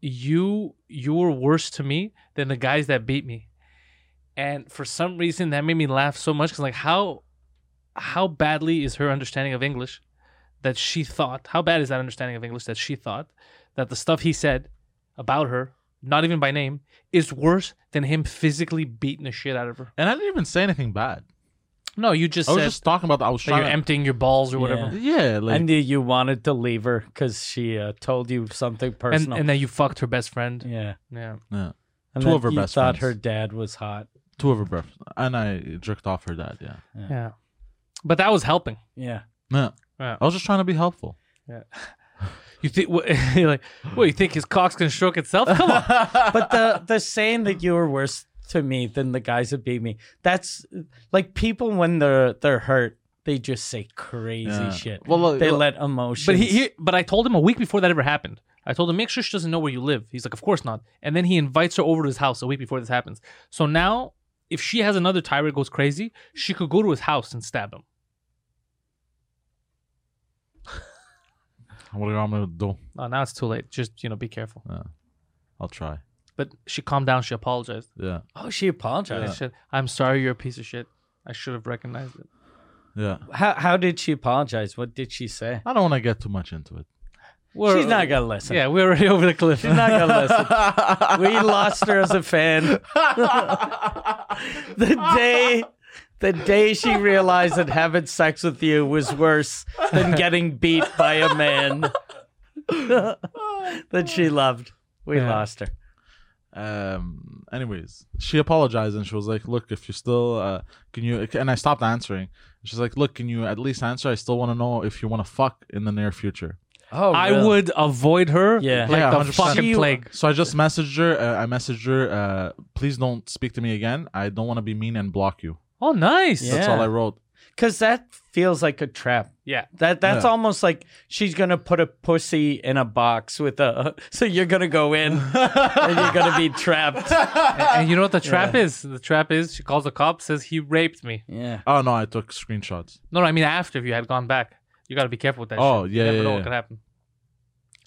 Speaker 1: "You you were worse to me than the guys that beat me," and for some reason that made me laugh so much because like how how badly is her understanding of English that she thought how bad is that understanding of English that she thought that the stuff he said about her, not even by name, is worse than him physically beating the shit out of her.
Speaker 3: And I didn't even say anything bad.
Speaker 1: No, you just
Speaker 3: I was
Speaker 1: said
Speaker 3: just talking about that. I was
Speaker 1: that you're
Speaker 3: trying.
Speaker 1: emptying your balls or whatever,
Speaker 3: to, yeah, like
Speaker 2: and you, you wanted to leave her because she uh, told you something
Speaker 1: and
Speaker 2: personal.
Speaker 1: and then you fucked her best friend.
Speaker 2: yeah,
Speaker 1: Yeah,
Speaker 3: yeah,
Speaker 2: and
Speaker 3: Two
Speaker 2: then
Speaker 3: of her
Speaker 2: you
Speaker 3: best
Speaker 2: thought
Speaker 3: friends.
Speaker 2: her dad was hot.
Speaker 3: two of her breath. And I jerked off her dad. Yeah.
Speaker 1: yeah. But that was helping.
Speaker 2: Yeah,
Speaker 3: Yeah.
Speaker 1: Yeah.
Speaker 3: I was just trying to be helpful.
Speaker 1: You think what, you're like, what you think his cock's gonna stroke itself? Come on,
Speaker 2: but the the saying that you were worse to me than the guys that beat me. That's like people when they're they're hurt, they just say crazy
Speaker 3: Yeah.
Speaker 2: shit.
Speaker 3: Well, look,
Speaker 2: they
Speaker 3: look-
Speaker 2: let emotions.
Speaker 1: but he, he, but I told him a week before that ever happened. I told him make sure she doesn't know where you live. He's like, of course not. And then he invites her over to his house a week before this happens. So now, if she has another tirade goes crazy, she could go to his house and stab him.
Speaker 3: What am I gonna do?
Speaker 1: Oh, now it's too late. Just you know, be careful.
Speaker 3: I'll try.
Speaker 1: But she calmed down. She apologized.
Speaker 3: Yeah.
Speaker 2: oh, she
Speaker 1: I
Speaker 2: apologized.
Speaker 1: said, I'm sorry, you're a piece of shit. I should have recognized it.
Speaker 3: Yeah.
Speaker 2: How how did she apologize? What did she say?
Speaker 3: I don't want to get too much into it.
Speaker 1: We're-
Speaker 2: She's not gonna listen.
Speaker 1: uh, Yeah, we're already over the cliff.
Speaker 2: She's not gonna listen. We lost her as a fan. the day the day she realized that having sex with you was worse than getting beat by a man that she loved. We
Speaker 1: Yeah.
Speaker 2: lost her.
Speaker 3: um anyways she apologized and she was like look if you're still uh can you and i stopped answering she's like look can you at least answer i still want to know if you want to fuck in the near future
Speaker 2: Oh,
Speaker 1: I
Speaker 2: really?
Speaker 1: would avoid her
Speaker 2: Yeah.
Speaker 1: like
Speaker 3: Yeah,
Speaker 1: the
Speaker 3: 100%.
Speaker 1: fucking
Speaker 2: She-
Speaker 1: plague.
Speaker 3: So I just messaged her. Uh, I messaged her. Uh, Please don't speak to me again. I don't want to be mean and block you.
Speaker 1: Oh, nice.
Speaker 3: That's
Speaker 2: Yeah.
Speaker 3: all I wrote.
Speaker 2: Because that feels like a trap.
Speaker 1: Yeah.
Speaker 2: That that's
Speaker 3: Yeah.
Speaker 2: almost like she's gonna put a pussy in a box with a. So you're gonna go in and you're gonna be trapped.
Speaker 1: And, and you know what the trap is? The trap is she calls the cop, says he raped me.
Speaker 2: Yeah.
Speaker 3: Oh no, I took screenshots.
Speaker 1: No, no, I mean after if you had gone back. You gotta be careful with that
Speaker 3: Oh,
Speaker 1: shit.
Speaker 3: yeah,
Speaker 1: You never
Speaker 3: yeah,
Speaker 1: know what
Speaker 3: yeah.
Speaker 1: could happen.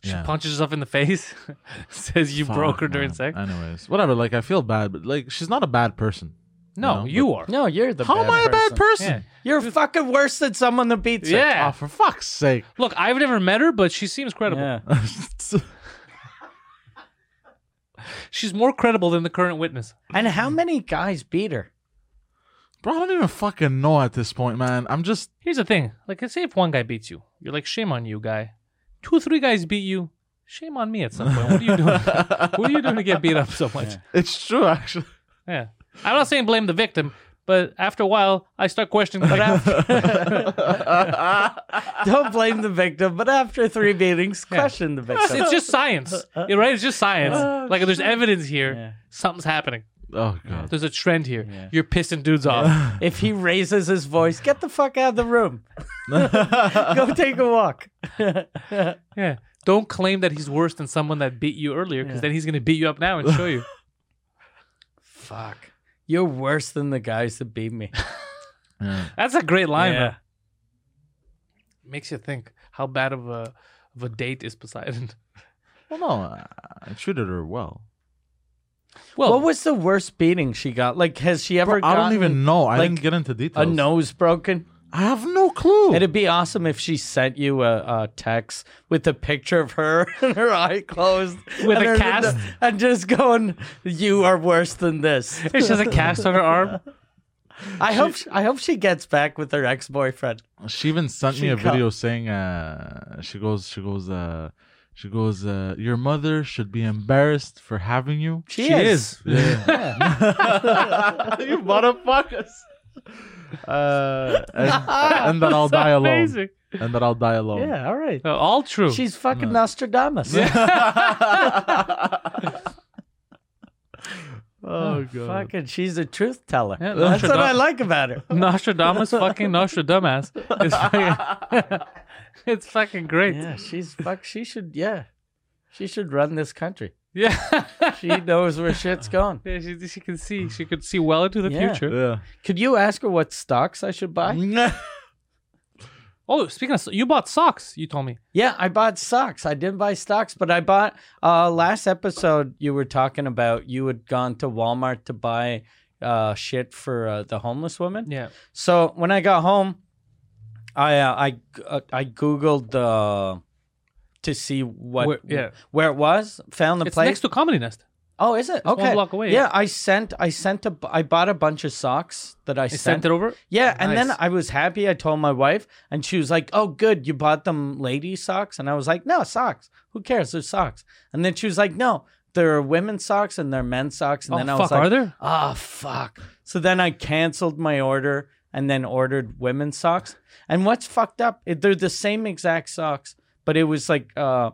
Speaker 1: She
Speaker 3: Yeah.
Speaker 1: punches herself in the face, says you
Speaker 3: Fuck,
Speaker 1: broke her during
Speaker 3: man.
Speaker 1: sex.
Speaker 3: Anyways, whatever. Like I feel bad, but like she's not a bad person.
Speaker 1: no,
Speaker 3: know,
Speaker 1: you are.
Speaker 2: No, you're the.
Speaker 3: How
Speaker 2: bad
Speaker 3: am I a bad person?
Speaker 1: Yeah.
Speaker 2: You're fucking worse than someone that beats her.
Speaker 1: Yeah.
Speaker 3: Oh, for fuck's sake.
Speaker 1: Look, I've never met her, but she seems credible.
Speaker 2: Yeah.
Speaker 1: She's more credible than the current witness.
Speaker 2: And how many guys beat her?
Speaker 3: Bro, I don't even fucking know at this point, man. I'm just
Speaker 1: Here's the thing. Like, let's say if one guy beats you, you're like, shame on you, guy. Two, three guys beat you, shame on me at some point. What are you doing? what are you doing to get beat up so much? Yeah.
Speaker 3: it's true actually.
Speaker 1: I'm not saying blame the victim, but after a while, I start questioning. But
Speaker 2: Don't blame the victim, but after three beatings, question the victim.
Speaker 1: it's just science, You're right? It's just science. like, there's evidence here.
Speaker 2: Oh, Yeah.
Speaker 1: Something's happening.
Speaker 3: Oh god.
Speaker 1: There's a trend here. You're pissing dudes off.
Speaker 2: If he raises his voice, get the fuck out of the room. Go take a walk.
Speaker 1: yeah. Don't claim that he's worse than someone that beat you earlier, because then he's gonna beat you up now and show you.
Speaker 2: Fuck. You're worse than the guys that beat me.
Speaker 3: Yeah.
Speaker 1: That's a great line.
Speaker 2: Yeah.
Speaker 1: man. Makes you think how bad of a of a date is Poseidon.
Speaker 3: Well, no, I- I treated her well.
Speaker 1: Well,
Speaker 2: What was the worst beating she got? Like, has she ever
Speaker 3: I don't
Speaker 2: gotten
Speaker 3: even know. I
Speaker 2: like,
Speaker 3: didn't get into details.
Speaker 2: a nose broken?
Speaker 3: I have no clue.
Speaker 2: It'd be awesome if she sent you a, a text with a picture of her and her eye closed.
Speaker 1: With
Speaker 2: and
Speaker 1: a
Speaker 2: her-
Speaker 1: cast?
Speaker 2: And just going, you are worse than this.
Speaker 1: she has a cast on her arm.
Speaker 2: I hope I hope she gets back with her ex boyfriend.
Speaker 3: She even sent
Speaker 2: She
Speaker 3: me a
Speaker 2: cut-
Speaker 3: video saying, uh, she goes, she goes, uh, she goes, uh, your mother should be embarrassed for having you.
Speaker 2: She, is.
Speaker 3: Yeah. you motherfuckers. Uh, and, and that I'll die alone.
Speaker 1: Amazing.
Speaker 3: And that I'll die alone.
Speaker 2: Yeah, all right.
Speaker 1: Uh, all true.
Speaker 2: She's fucking Nostradamus.
Speaker 3: Oh, God.
Speaker 2: fucking, she's a truth teller.
Speaker 1: Yeah,
Speaker 2: That's what I
Speaker 1: Nostradamus.
Speaker 2: like about her.
Speaker 1: Nostradamus, fucking Nostradamus. It's fucking, it's fucking great.
Speaker 2: Yeah, she's fuck. She should. Yeah, she should run this country.
Speaker 1: Yeah.
Speaker 2: She knows where shit's going.
Speaker 1: Yeah, she, she can see. She could see well into the
Speaker 2: Yeah.
Speaker 1: future.
Speaker 3: Yeah.
Speaker 2: Could you ask her what stocks I should buy?
Speaker 1: Oh, speaking of, so- you bought socks. You told me.
Speaker 2: Yeah, I bought stocks. I didn't buy stocks, but I bought. Uh, last episode, you were talking about you had gone to Walmart to buy uh, shit for uh, the homeless woman.
Speaker 1: Yeah.
Speaker 2: So when I got home, I uh, I uh, I googled uh, to see what
Speaker 1: Where- yeah.
Speaker 2: where it was. Found the
Speaker 1: It's
Speaker 2: place.
Speaker 1: next to Comedy Nest.
Speaker 2: oh, is it okay?
Speaker 1: block away,
Speaker 2: Yeah,
Speaker 1: yeah.
Speaker 2: I sent I sent a bu- I bought a bunch of socks that I
Speaker 1: I
Speaker 2: sent.
Speaker 1: sent it over.
Speaker 2: Yeah, and then
Speaker 1: Nice.
Speaker 2: I was happy. I told my wife, and she was like, "Oh, good, you bought them lady socks." And I was like, "No, socks. Who cares? They're socks." And then she was like, "No, there are women's socks and there are men's socks." And
Speaker 1: Oh,
Speaker 2: then I
Speaker 1: fuck,
Speaker 2: was like,
Speaker 1: are there?
Speaker 2: Oh fuck. So then I canceled my order and then ordered women's socks. And what's fucked up? It, they're the same exact socks, but it was like uh,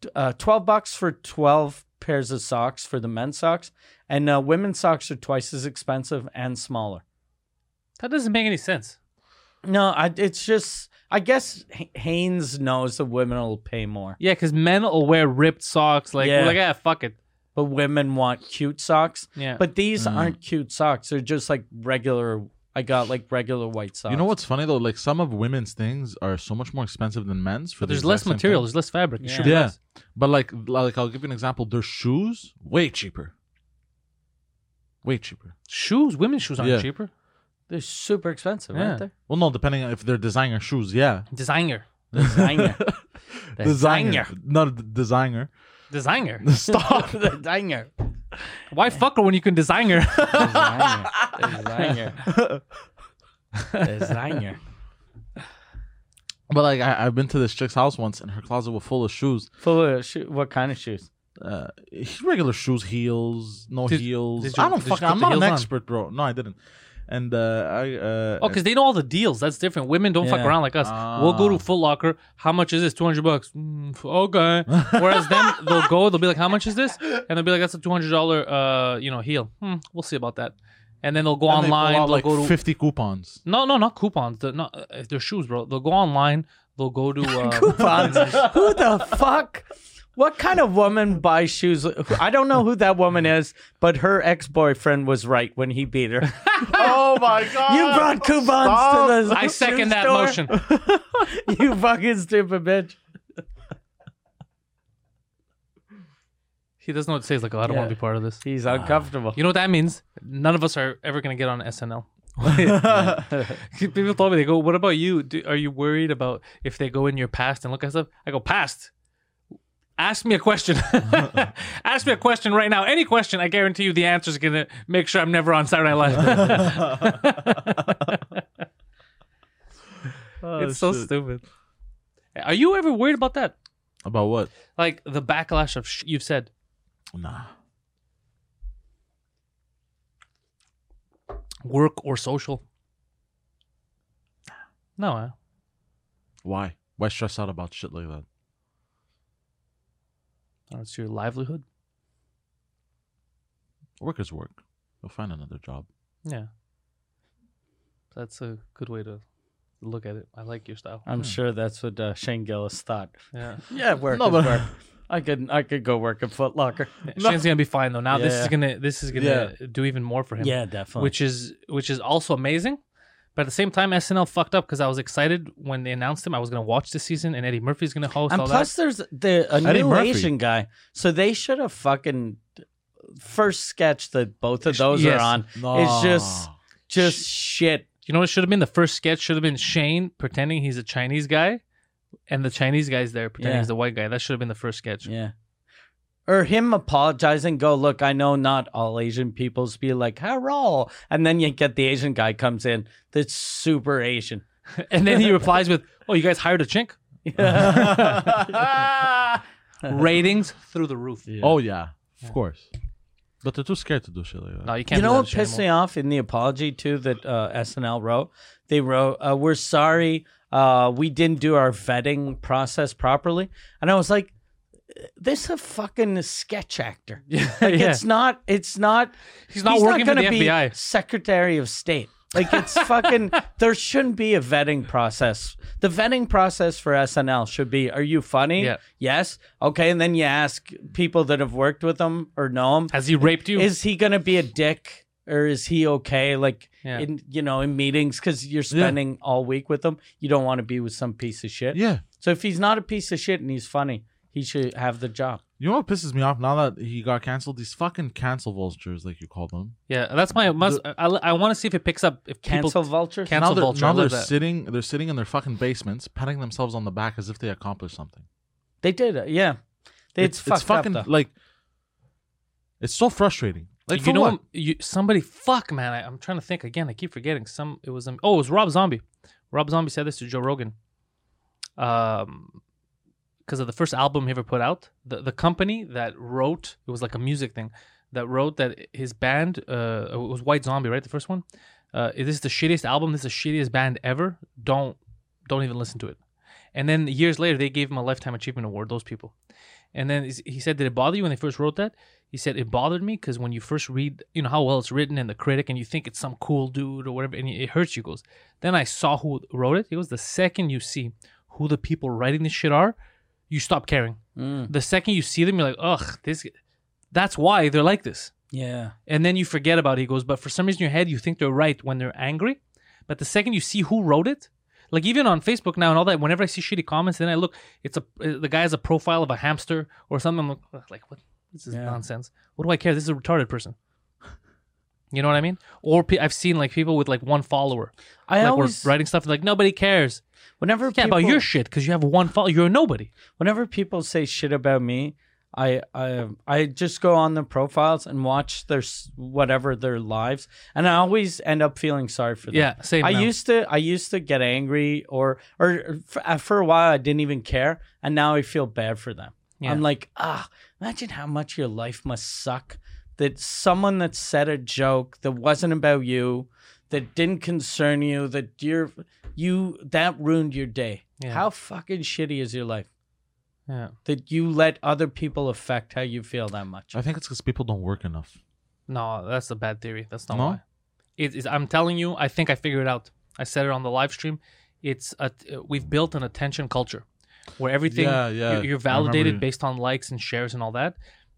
Speaker 2: t- uh, twelve bucks for twelve pairs of socks for the men's socks, and uh, women's socks are twice as expensive and smaller.
Speaker 1: That doesn't make any sense.
Speaker 2: No, I, it's just I guess H- Haynes knows that women will pay more,
Speaker 1: Yeah, because men will wear ripped socks. Like,
Speaker 2: Yeah.
Speaker 1: like ah, fuck it.
Speaker 2: but women want cute socks.
Speaker 1: Yeah.
Speaker 2: But these
Speaker 3: Mm.
Speaker 2: aren't cute socks; they're just like regular. I got like regular white socks.
Speaker 3: You know what's funny though? Like some of women's things are so much more expensive than men's. For the
Speaker 1: there's
Speaker 3: exact
Speaker 1: less
Speaker 3: same
Speaker 1: material.
Speaker 3: thing.
Speaker 1: There's less fabric. It
Speaker 2: Yeah.
Speaker 1: should be
Speaker 3: Yeah,
Speaker 1: less.
Speaker 3: but like like I'll give you an example. Their shoes way cheaper. Way cheaper.
Speaker 1: Shoes, women's shoes aren't
Speaker 3: Yeah.
Speaker 1: cheaper.
Speaker 2: They're super expensive,
Speaker 1: Yeah.
Speaker 2: aren't they?
Speaker 3: Well, no, depending on if they're designer shoes, yeah.
Speaker 1: Designer.
Speaker 2: Designer.
Speaker 3: Designer,
Speaker 2: Designer.
Speaker 3: not d- designer.
Speaker 1: Designer.
Speaker 3: Stop.
Speaker 2: the dinger.
Speaker 1: Why fuck her when you can design her?
Speaker 2: Designer. Designer. Designer.
Speaker 3: but like I, I've been to this chick's house once, and her closet was full of shoes.
Speaker 2: Full of shoe- what kind of shoes?
Speaker 3: Uh, regular shoes, heels, no
Speaker 1: Did-
Speaker 3: heels.
Speaker 1: did you-
Speaker 3: I don't
Speaker 1: did you
Speaker 3: fucking.
Speaker 1: put
Speaker 3: I'm
Speaker 1: the
Speaker 3: not an
Speaker 1: heels on?
Speaker 3: expert, bro. No, I didn't. And uh, I uh,
Speaker 1: Oh, because they know all the deals. That's different. Women don't fuck
Speaker 2: Yeah.
Speaker 1: around like us. we'll go
Speaker 3: Ah.
Speaker 1: to Foot Locker. How much is this? 200 bucks. Mm, f- okay. Whereas them, they'll go, they'll be like, how much is this? And they'll be like, that's a $200, uh, you know, heel. Hmm, we'll see about that. And then they'll go
Speaker 3: and they pull
Speaker 1: online. They will
Speaker 3: out, like
Speaker 1: go to,
Speaker 3: fifty coupons.
Speaker 1: no, no, not coupons. They're, not, uh, they're shoes, bro. They'll go online. They'll go to. Uh,
Speaker 2: Coupons. who the fuck? What kind of woman buys shoes? I don't know who that woman is, but her ex boyfriend was right when he beat her.
Speaker 3: oh my god!
Speaker 2: You brought coupons to the.
Speaker 1: I
Speaker 2: shoe
Speaker 1: second that
Speaker 2: store?
Speaker 1: motion.
Speaker 2: you fucking stupid bitch.
Speaker 1: He doesn't know what to say. He's like, oh, I don't want to
Speaker 2: Yeah.
Speaker 1: be part of this.
Speaker 2: He's uncomfortable.
Speaker 1: Ah, You know what that means? None of us are ever going to get on SNL. People told me, they go, What about you? Do, are you worried about if they go in your past and look at stuff? I go, Past. Ask me a question. Ask me a question right now. Any question, I guarantee you the answer's going to make sure I'm never on Saturday Night Live. it's
Speaker 2: Oh,
Speaker 1: so stupid. Are you ever worried about that?
Speaker 3: About what?
Speaker 1: Like the backlash of sh- you've said.
Speaker 3: Nah.
Speaker 1: work or social? No, huh?
Speaker 3: Why? Why stress out about shit like that?
Speaker 1: Oh, it's your livelihood.
Speaker 3: Work is work. You'll find another job.
Speaker 1: Yeah, that's a good way to look at it. I like your style.
Speaker 2: I'm sure that's what uh, Shane Gillis thought.
Speaker 1: Yeah,
Speaker 2: Yeah, work
Speaker 3: No,
Speaker 2: is
Speaker 3: but-
Speaker 2: work. I could I could go work at Foot Locker.
Speaker 1: Shane's gonna be fine though. Now this
Speaker 2: Yeah.
Speaker 1: is gonna this is gonna do even more for him.
Speaker 2: Yeah, definitely.
Speaker 1: which is which is also amazing. But at the same time, SNL fucked up because I was excited when they announced him. I was gonna watch this season, and Eddie Murphy's gonna host
Speaker 2: and
Speaker 1: all
Speaker 2: plus, there's the a
Speaker 3: Eddie
Speaker 2: new
Speaker 3: Murphy.
Speaker 2: Asian guy. So they should have fucking first sketch that both of those
Speaker 1: yes.
Speaker 2: are on. It's just just shit.
Speaker 1: that. You know what should have been the first sketch? Should have been Shane pretending he's a Chinese guy, and the Chinese guy's there pretending
Speaker 2: Yeah.
Speaker 1: he's the white guy. That should have been the first sketch.
Speaker 2: Yeah. Or him apologizing, go, look, I know not all Asian peoples be like, hello. And then you get the Asian guy comes in that's super Asian.
Speaker 1: And then he replies with, "Oh, you guys hired a chink? Ratings through the roof.
Speaker 3: Oh yeah, of course. But they're too scared to do shit like that.
Speaker 1: No, you can't.
Speaker 2: You know what pissed me off in the apology too that uh, SNL wrote? They wrote, uh, "We're sorry, uh, we didn't do our vetting process properly," and I was like, "This is a fucking sketch actor. Like
Speaker 1: Yeah.
Speaker 2: it's not. It's not.
Speaker 1: He's not working for
Speaker 2: gonna
Speaker 1: the
Speaker 2: be
Speaker 1: FBI.
Speaker 2: Secretary of State. Like it's fucking. There shouldn't be a vetting process. The vetting process for SNL should be: Are you funny?
Speaker 1: Yeah.
Speaker 2: Yes. Okay. And then you ask people that have worked with him or know him
Speaker 1: Has he raped you?
Speaker 2: is he gonna be a dick or is he okay like
Speaker 1: Yeah.
Speaker 2: in you know in meetings because you're spending all week with him you don't want to be with some piece of shit
Speaker 3: Yeah.
Speaker 2: so if he's not a piece of shit and he's funny he should have the job
Speaker 3: You know what pisses me off now that he got canceled? These fucking cancel vultures, like you call them.
Speaker 1: yeah, that's my must. I, I want to see if it picks up. If people
Speaker 2: cancel vulture
Speaker 1: Cancel
Speaker 3: now they're,
Speaker 1: vulture, I
Speaker 3: Now
Speaker 1: love
Speaker 3: they're
Speaker 1: that.
Speaker 3: sitting. They're sitting in their fucking basements, patting themselves on the back as if they accomplished something.
Speaker 2: they did it yeah it's, fucked
Speaker 3: fucking
Speaker 2: up, though.
Speaker 3: like. It's so frustrating. Like
Speaker 1: you
Speaker 3: for
Speaker 1: know,
Speaker 3: what?
Speaker 1: you somebody fuck man. I, I'm trying to think again. I keep forgetting. Some it was um, oh it was Rob Zombie. Rob Zombie said this to Joe Rogan. Um, because of the first album he ever put out, the the company that wrote it was like a music thing that wrote that his band uh it was White Zombie right the first one. Uh, this is the shittiest album. This is the shittiest band ever. Don't don't even listen to it. And then years later, they gave him a lifetime achievement award. Those people. And then he's- he said, "Did it bother you when they first wrote that?" He said, "It bothered me because when you first read, you know how well it's written, and the critic, and you think it's some cool dude or whatever, and it hurts you." He Goes. Then I saw who wrote it. It was the second you see who the people writing this shit are, you stop caring.
Speaker 2: Mm,
Speaker 1: The second you see them, you're like, "Ugh, this." That's why they're like this
Speaker 2: yeah
Speaker 1: and then you forget about it. He goes, but for some reason in your head, you think they're right when they're angry. But the second you see who wrote it, like even on Facebook now and all that, whenever I see shitty comments, then I look, it's a uh, the guy has a profile of a hamster or something. I'm like, "Ugh, like what? This is
Speaker 2: Yeah.
Speaker 1: nonsense. What do I care? This is a retarded person. You know what I mean? Or pe- I've seen like people with like one follower,
Speaker 2: i
Speaker 1: like
Speaker 2: always
Speaker 1: we're writing stuff like nobody cares.
Speaker 2: whenever
Speaker 1: Yeah,
Speaker 2: people,
Speaker 1: about your shit because you have one follow. You're a nobody.
Speaker 2: whenever people say shit about me I, I I just go on their profiles and watch their s- whatever their lives, and I always end up feeling sorry for them.
Speaker 1: Yeah, same.
Speaker 2: I
Speaker 1: now.
Speaker 2: used to I used to get angry or or for, uh, for a while I didn't even care and now I feel bad for them.
Speaker 1: Yeah.
Speaker 2: I'm like, ah, imagine how much your life must suck that someone that said a joke that wasn't about you that didn't concern you that you're you that ruined your day.
Speaker 1: Yeah.
Speaker 2: How fucking shitty is your life
Speaker 1: Yeah.
Speaker 2: that you let other people affect how you feel that much?
Speaker 3: I think it's because people don't work enough.
Speaker 1: No, that's a bad theory. That's not
Speaker 3: No?
Speaker 1: why. It is. I'm telling you. I think I figured it out. I said it on the live stream. It's a, we've built an attention culture where everything
Speaker 3: Yeah, yeah,
Speaker 1: you're-
Speaker 3: I
Speaker 1: you're
Speaker 3: remember
Speaker 1: validated
Speaker 3: you-
Speaker 1: based on likes and shares and all that.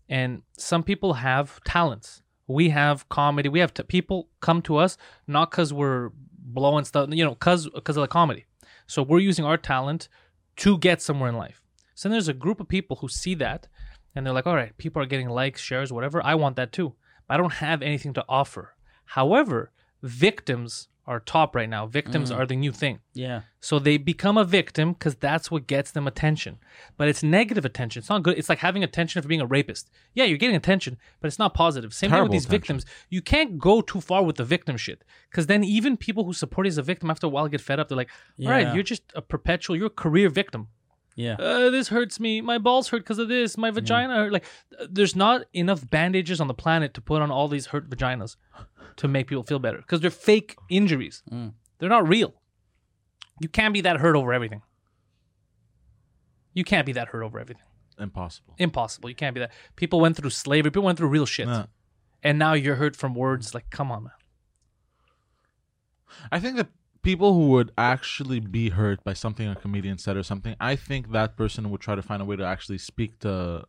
Speaker 1: And some people have talents. We have comedy. We have t- people come to us not because we're blowing stuff, you know, because because of the comedy. So we're using our talent to get somewhere in life. So then there's a group of people who see that and they're like, all right, people are getting likes, shares, whatever. I want that too. But I don't have anything to offer. However, victims are top right now. Victims
Speaker 3: Mm.
Speaker 1: are the new thing.
Speaker 2: Yeah.
Speaker 1: So they become a victim because that's what gets them attention. But it's negative attention. It's not good. It's like having attention for being a rapist. Yeah, you're getting attention, but it's not positive. Same thing with
Speaker 3: Terrible
Speaker 1: these
Speaker 3: attention.
Speaker 1: victims. You can't go too far with the victim shit because then even people who support you as a victim after a while get fed up. They're like, all right,
Speaker 2: Yeah.
Speaker 1: you're just a perpetual, you're a career victim.
Speaker 2: Yeah.
Speaker 1: Uh, this hurts me. My balls hurt because of this. My vagina hurt. Like, th- there's not enough bandages on the planet to put on all these hurt vaginas to make people feel better because they're fake injuries. They're not real. You can't be that hurt over everything. You can't be that hurt over everything.
Speaker 3: Impossible.
Speaker 1: Impossible. You can't be that. People went through slavery. People went through real shit,
Speaker 3: Yeah.
Speaker 1: and now you're hurt from words. Like, come on, man.
Speaker 3: I think that people who would actually be hurt by something a comedian said or something, I think that person would try to find a way to actually speak to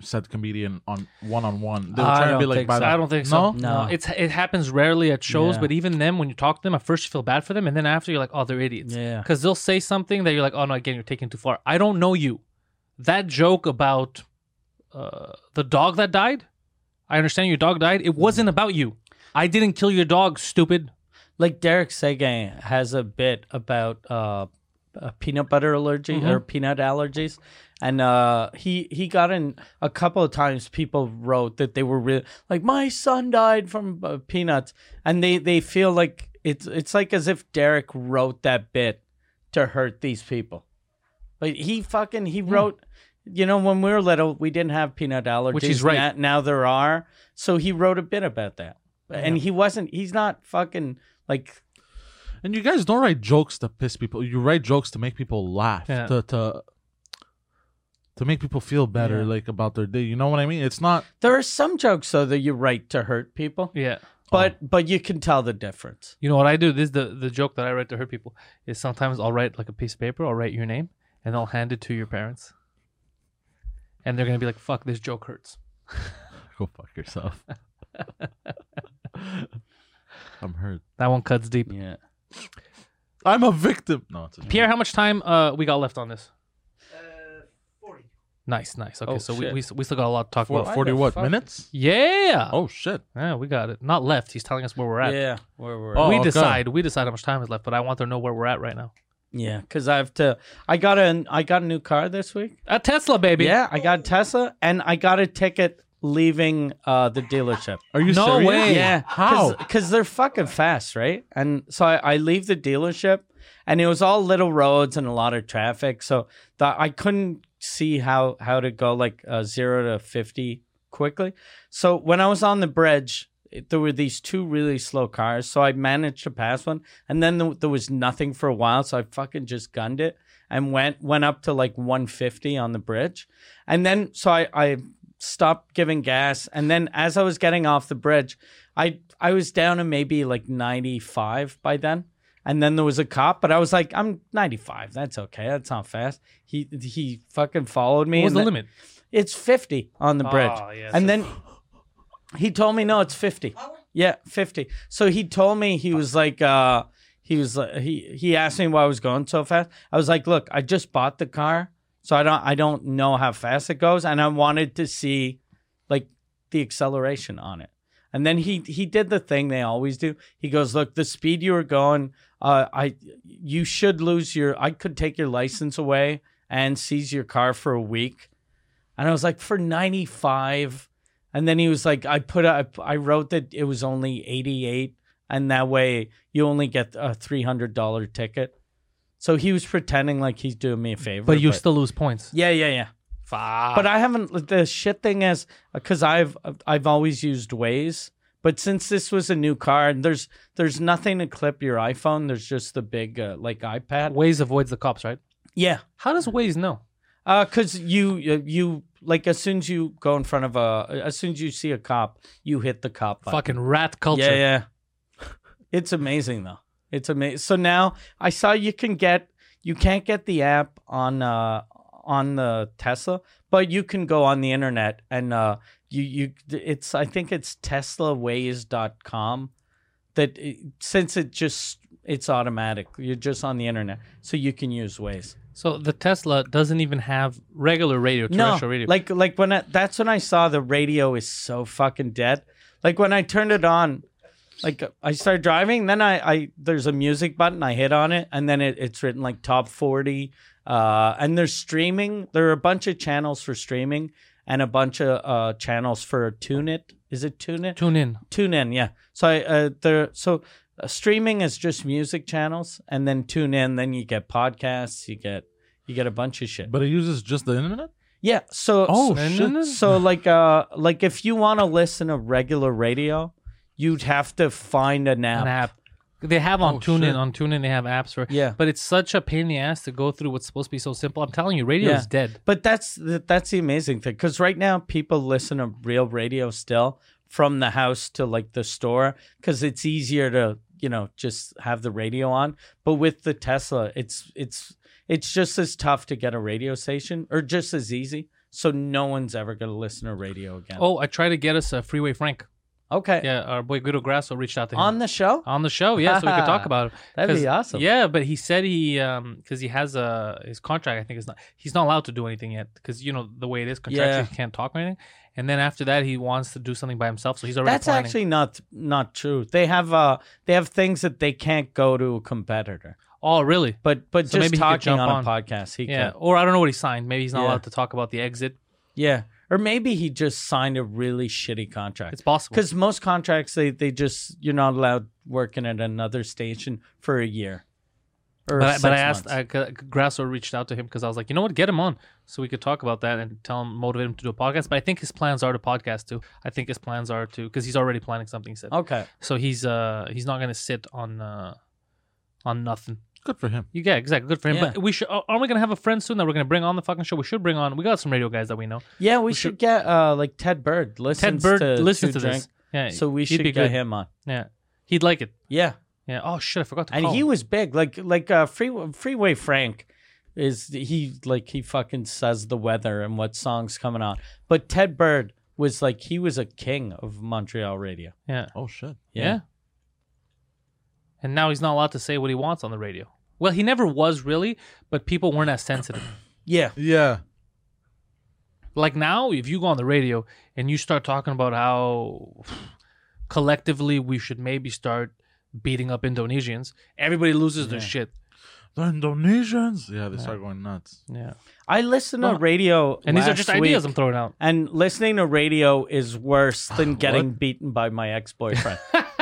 Speaker 3: said comedian on one on one. They would
Speaker 2: I
Speaker 3: try to be
Speaker 2: don't
Speaker 3: like,
Speaker 2: think
Speaker 3: by
Speaker 2: so.
Speaker 3: the-
Speaker 1: I don't think so.
Speaker 3: No?
Speaker 2: No.
Speaker 1: it's it happens rarely at shows,
Speaker 2: Yeah.
Speaker 1: but even then, when you talk to them, at first you feel bad for them, and then after you're like, oh, they're idiots.
Speaker 2: Yeah.
Speaker 1: Because they'll say something that you're like, oh no, again, you're taking too far. I don't know you. That joke about uh, the dog that died. I understand your dog died. It wasn't about you. I didn't kill your dog, stupid.
Speaker 2: Like Derek Sagan has a bit about uh, uh, peanut butter allergy or peanut allergies, and uh, he he got in a couple of times. People wrote that they were really like my son died from uh, peanuts, and they they feel like it's it's like as if Derek wrote that bit to hurt these people, but he fucking he wrote. You know, when we were little, we didn't have peanut allergies.
Speaker 1: he's right.
Speaker 2: Now, now there are. So he wrote a bit about that. And he wasn't, he's not fucking like,
Speaker 3: And you guys don't write jokes to piss people. You write jokes to make people laugh.
Speaker 1: Yeah.
Speaker 3: To to to make people feel better, like about their day. You know what I mean? It's not
Speaker 2: there are some jokes though that you write to hurt people,
Speaker 1: Yeah.
Speaker 2: but but you can tell the difference.
Speaker 1: You know what I do? This is the the joke that I write to hurt people is sometimes I'll write like a piece of paper, I'll write your name, and I'll hand it to your parents, and they're gonna be like, "Fuck, this joke hurts."
Speaker 3: go fuck yourself. I'm hurt.
Speaker 1: That one cuts deep.
Speaker 2: Yeah.
Speaker 3: I'm a victim. No, it's a
Speaker 1: Pierre, how much time uh, we got left on this? Uh, 40. Nice, nice. Okay,
Speaker 2: Oh,
Speaker 1: so we,
Speaker 2: shit.
Speaker 1: we s- we still got a lot to talk
Speaker 3: Four,
Speaker 1: about.
Speaker 3: 40 what
Speaker 2: fuck?
Speaker 3: minutes?
Speaker 1: Yeah.
Speaker 3: Oh shit!
Speaker 1: Yeah, we got it. Not left. He's telling us where we're at.
Speaker 2: Yeah. Where we're
Speaker 3: Oh.
Speaker 1: we
Speaker 3: okay.
Speaker 1: decide. We decide how much time is left, but I want to know where we're at right now.
Speaker 2: Yeah. Cause I have to, I got a, I got a new car this week.
Speaker 1: A Tesla, baby.
Speaker 2: Yeah. I got a Tesla and I got a ticket leaving uh, the dealership.
Speaker 3: Are you
Speaker 1: No
Speaker 3: serious?
Speaker 1: way.
Speaker 2: Yeah.
Speaker 3: How?
Speaker 2: Because they're fucking fast, right? And so I, I leave the dealership, and it was all little roads and a lot of traffic. So the, I couldn't see how how to go like uh, zero to fifty quickly. So when I was on the bridge, it- there were these two really slow cars. So I managed to pass one, and then there, there was nothing for a while. So I fucking just gunned it and went went up to like 150 on the bridge, and then so I I stopped giving gas, and then as I was getting off the bridge, I I was down to maybe like 95 by then. And then there was a cop, but I was like, I'm 95. That's okay. That's not fast. He he fucking followed me.
Speaker 1: What was
Speaker 2: and
Speaker 1: the
Speaker 2: then-
Speaker 1: limit?
Speaker 2: it's 50 on the bridge.
Speaker 1: Oh, yeah, so-
Speaker 2: and then he told me, no, it's 50. Yeah, 50. So he told me, he was like, uh, he was like, he, he asked me why I was going so fast. I was like, look, I just bought the car. So I don't, I don't know how fast it goes. And I wanted to see like the acceleration on it. And then he, he did the thing they always do. He goes, look, the speed you were going, uh, I, you should lose your, I could take your license away and seize your car for a week. And I was like, for 95. And then he was like, I put, a, I wrote that it was only 88. And that way you only get a $300 ticket. So he was pretending like he's doing me a favor.
Speaker 1: But you still lose points.
Speaker 2: Yeah, yeah, yeah.
Speaker 1: Fuck.
Speaker 2: uh, But I haven't, the shit thing is, because I've, I've always used Waze. But since this was a new car, and there's there's nothing to clip your iPhone. There's just the big uh, like iPad.
Speaker 1: Waze avoids the cops, right?
Speaker 2: Yeah,
Speaker 1: How does Waze know?
Speaker 2: Uh, cause you you like as soon as you go in front of a as soon as you see a cop, you hit the cop. Button.
Speaker 1: Fucking rat culture.
Speaker 2: Yeah, yeah. It's amazing though. It's amazing. So now I saw you can get you can't get the app on uh on the Tesla, but you can go on the internet and uh you you it's I think it's teslaways.com that it, since it just it's automatic. You're just on the internet, so you can use Waze.
Speaker 1: So the Tesla doesn't even have regular radio,
Speaker 2: No,
Speaker 1: terrestrial radio.
Speaker 2: like like when I, that's when I saw the radio is so fucking dead. Like when I turned it on, like I started driving, then I, I there's a music button, I hit on it, and then it, it's written like top forty. Uh, and there's streaming. There are a bunch of channels for streaming and a bunch of uh, channels for tune it. Is it tune it?
Speaker 1: tune in.
Speaker 2: tune in yeah so i uh, there so uh, streaming is just music channels and then tune in then you get podcasts you get you get a bunch of shit
Speaker 3: But it uses just the internet.
Speaker 2: yeah so
Speaker 3: Oh,
Speaker 2: so,
Speaker 3: shit.
Speaker 2: so like uh like if you want to listen to regular radio you'd have to find an app,
Speaker 1: An app. They have on
Speaker 3: Oh,
Speaker 1: TuneIn.
Speaker 3: shit.
Speaker 1: On TuneIn, they have apps for.
Speaker 2: Yeah.
Speaker 1: But it's such a pain in the ass to go through what's supposed to be so simple. I'm telling you, radio
Speaker 2: Yeah.
Speaker 1: is dead.
Speaker 2: but that's the, that's the amazing thing because right now people listen to real radio still from the house to like the store because it's easier to you know just have the radio on but with the tesla it's it's it's just as tough to get a radio station or just as easy so no one's ever going to listen to radio again
Speaker 1: Oh, I tried to get us a Freeway Frank.
Speaker 2: okay
Speaker 1: Yeah, our boy Guido Grasso reached out to him.
Speaker 2: on the show
Speaker 1: on the show, yeah, so we could talk about it.
Speaker 2: That'd be
Speaker 1: 'Cause-
Speaker 2: awesome.
Speaker 1: Yeah, but he said he um because he has a his contract. I think is not he's not allowed to do anything yet because you know the way it is contractually
Speaker 2: Yeah.
Speaker 1: he can't talk or anything. And then after that, he wants to do something by himself, so he's already
Speaker 2: that's
Speaker 1: planning.
Speaker 2: actually not not true they have uh they have things that they can't go to a competitor
Speaker 1: oh really?
Speaker 2: but but
Speaker 1: So
Speaker 2: just
Speaker 1: maybe he could
Speaker 2: talking
Speaker 1: jump
Speaker 2: on,
Speaker 1: on.
Speaker 2: a podcast he
Speaker 1: Yeah,
Speaker 2: can
Speaker 1: or I don't know what he signed. Maybe he's not
Speaker 2: Yeah.
Speaker 1: allowed to talk about the exit.
Speaker 2: Yeah. Or maybe he just signed a really shitty contract.
Speaker 1: It's possible.
Speaker 2: Because most contracts, they, they just, you're not allowed working at another station for a year. Or
Speaker 1: But I,
Speaker 2: six
Speaker 1: but I asked
Speaker 2: months.
Speaker 1: I, Grasso reached out to him because I was like, you know what, get him on so we could talk about that and tell him motivate him to do a podcast. But I think his plans are to podcast too. I think his plans are to because he's already planning something. He said.
Speaker 2: okay.
Speaker 1: So he's uh he's not gonna sit on uh on nothing.
Speaker 3: Good for him.
Speaker 1: Yeah, exactly. Good for him.
Speaker 2: Yeah.
Speaker 1: But we should aren't we gonna have a friend soon that we're gonna bring on the fucking show? We should bring on. We got some radio guys that we know.
Speaker 2: Yeah, we,
Speaker 1: should-
Speaker 2: should, get uh, like Ted Bird.
Speaker 1: Ted
Speaker 2: Listens
Speaker 1: Bird
Speaker 2: to,
Speaker 1: listens to,
Speaker 2: Drink,
Speaker 1: this. Yeah,
Speaker 2: So we
Speaker 1: he'd
Speaker 2: should
Speaker 1: be
Speaker 2: get
Speaker 1: good.
Speaker 2: him on.
Speaker 1: Yeah, he'd like it.
Speaker 2: Yeah.
Speaker 1: Yeah. Oh shit, I forgot to
Speaker 2: And
Speaker 1: call.
Speaker 2: he was big. Like, like uh, Freeway, Freeway Frank is, he, like, he fucking says the weather and what song's coming on. But Ted Bird was like, he was a king of Montreal radio.
Speaker 1: yeah.
Speaker 3: Oh shit.
Speaker 1: yeah, And now he's not allowed to say what he wants on the radio. Well, he never was really, but people weren't as sensitive.
Speaker 2: Yeah.
Speaker 3: Yeah.
Speaker 1: like now if you go on the radio and you start talking about how collectively we should maybe start beating up indonesians everybody loses their shit
Speaker 3: The Indonesians. Yeah, they start going nuts.
Speaker 1: yeah
Speaker 2: I listened
Speaker 1: Well,
Speaker 2: to radio,
Speaker 1: and these are
Speaker 2: last
Speaker 1: just ideas
Speaker 2: week,
Speaker 1: i'm throwing out
Speaker 2: and listening to radio is worse than getting beaten by my ex-boyfriend.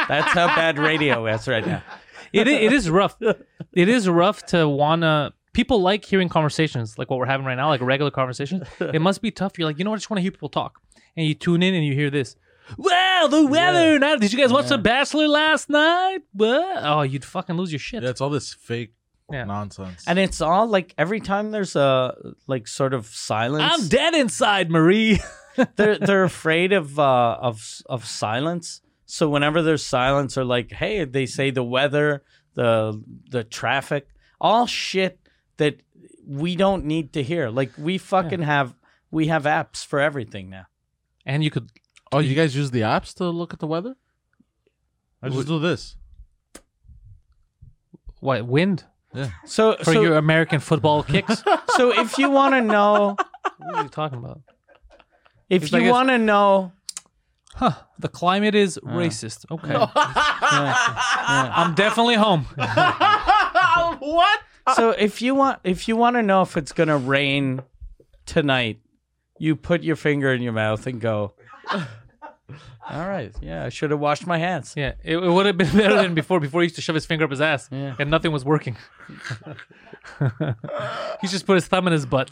Speaker 2: That's how bad radio is right now.
Speaker 1: it, i- it is rough it is rough to wanna people like hearing conversations like what we're having right now like regular conversations it must be tough you're like you know what i just want to hear people talk and you tune in and you hear this Wow, the weather! Now, did you guys watch The Bachelor last night? What? Oh, you'd fucking lose your shit.
Speaker 3: Yeah, it's all this fake
Speaker 1: Yeah.
Speaker 3: nonsense.
Speaker 2: And it's all like every time there's a like sort of silence.
Speaker 1: I'm dead inside, Marie.
Speaker 2: they're they're afraid of uh, of of silence. So whenever there's silence, they're like, "Hey," they say the weather, the the traffic, all shit that we don't need to hear. Like we fucking have we have apps for everything now.
Speaker 1: and you could
Speaker 3: oh, you guys use the apps to look at the weather? I just do this.
Speaker 1: What wind
Speaker 3: Yeah.
Speaker 2: So
Speaker 1: for
Speaker 2: so,
Speaker 1: your American football kicks? what
Speaker 2: so if you want to know
Speaker 1: are you talking about?
Speaker 2: if
Speaker 1: It's
Speaker 2: you
Speaker 1: like it's-
Speaker 2: want to know
Speaker 1: Huh? The climate is racist. Okay, I'm definitely home.
Speaker 2: so if you want if you want to know if it's gonna rain tonight you put your finger in your mouth and go all right yeah i should have washed my hands
Speaker 1: Yeah, it, it would have been better than before. Before he used to shove his finger up his ass, and nothing was working. He just put his thumb in his butt.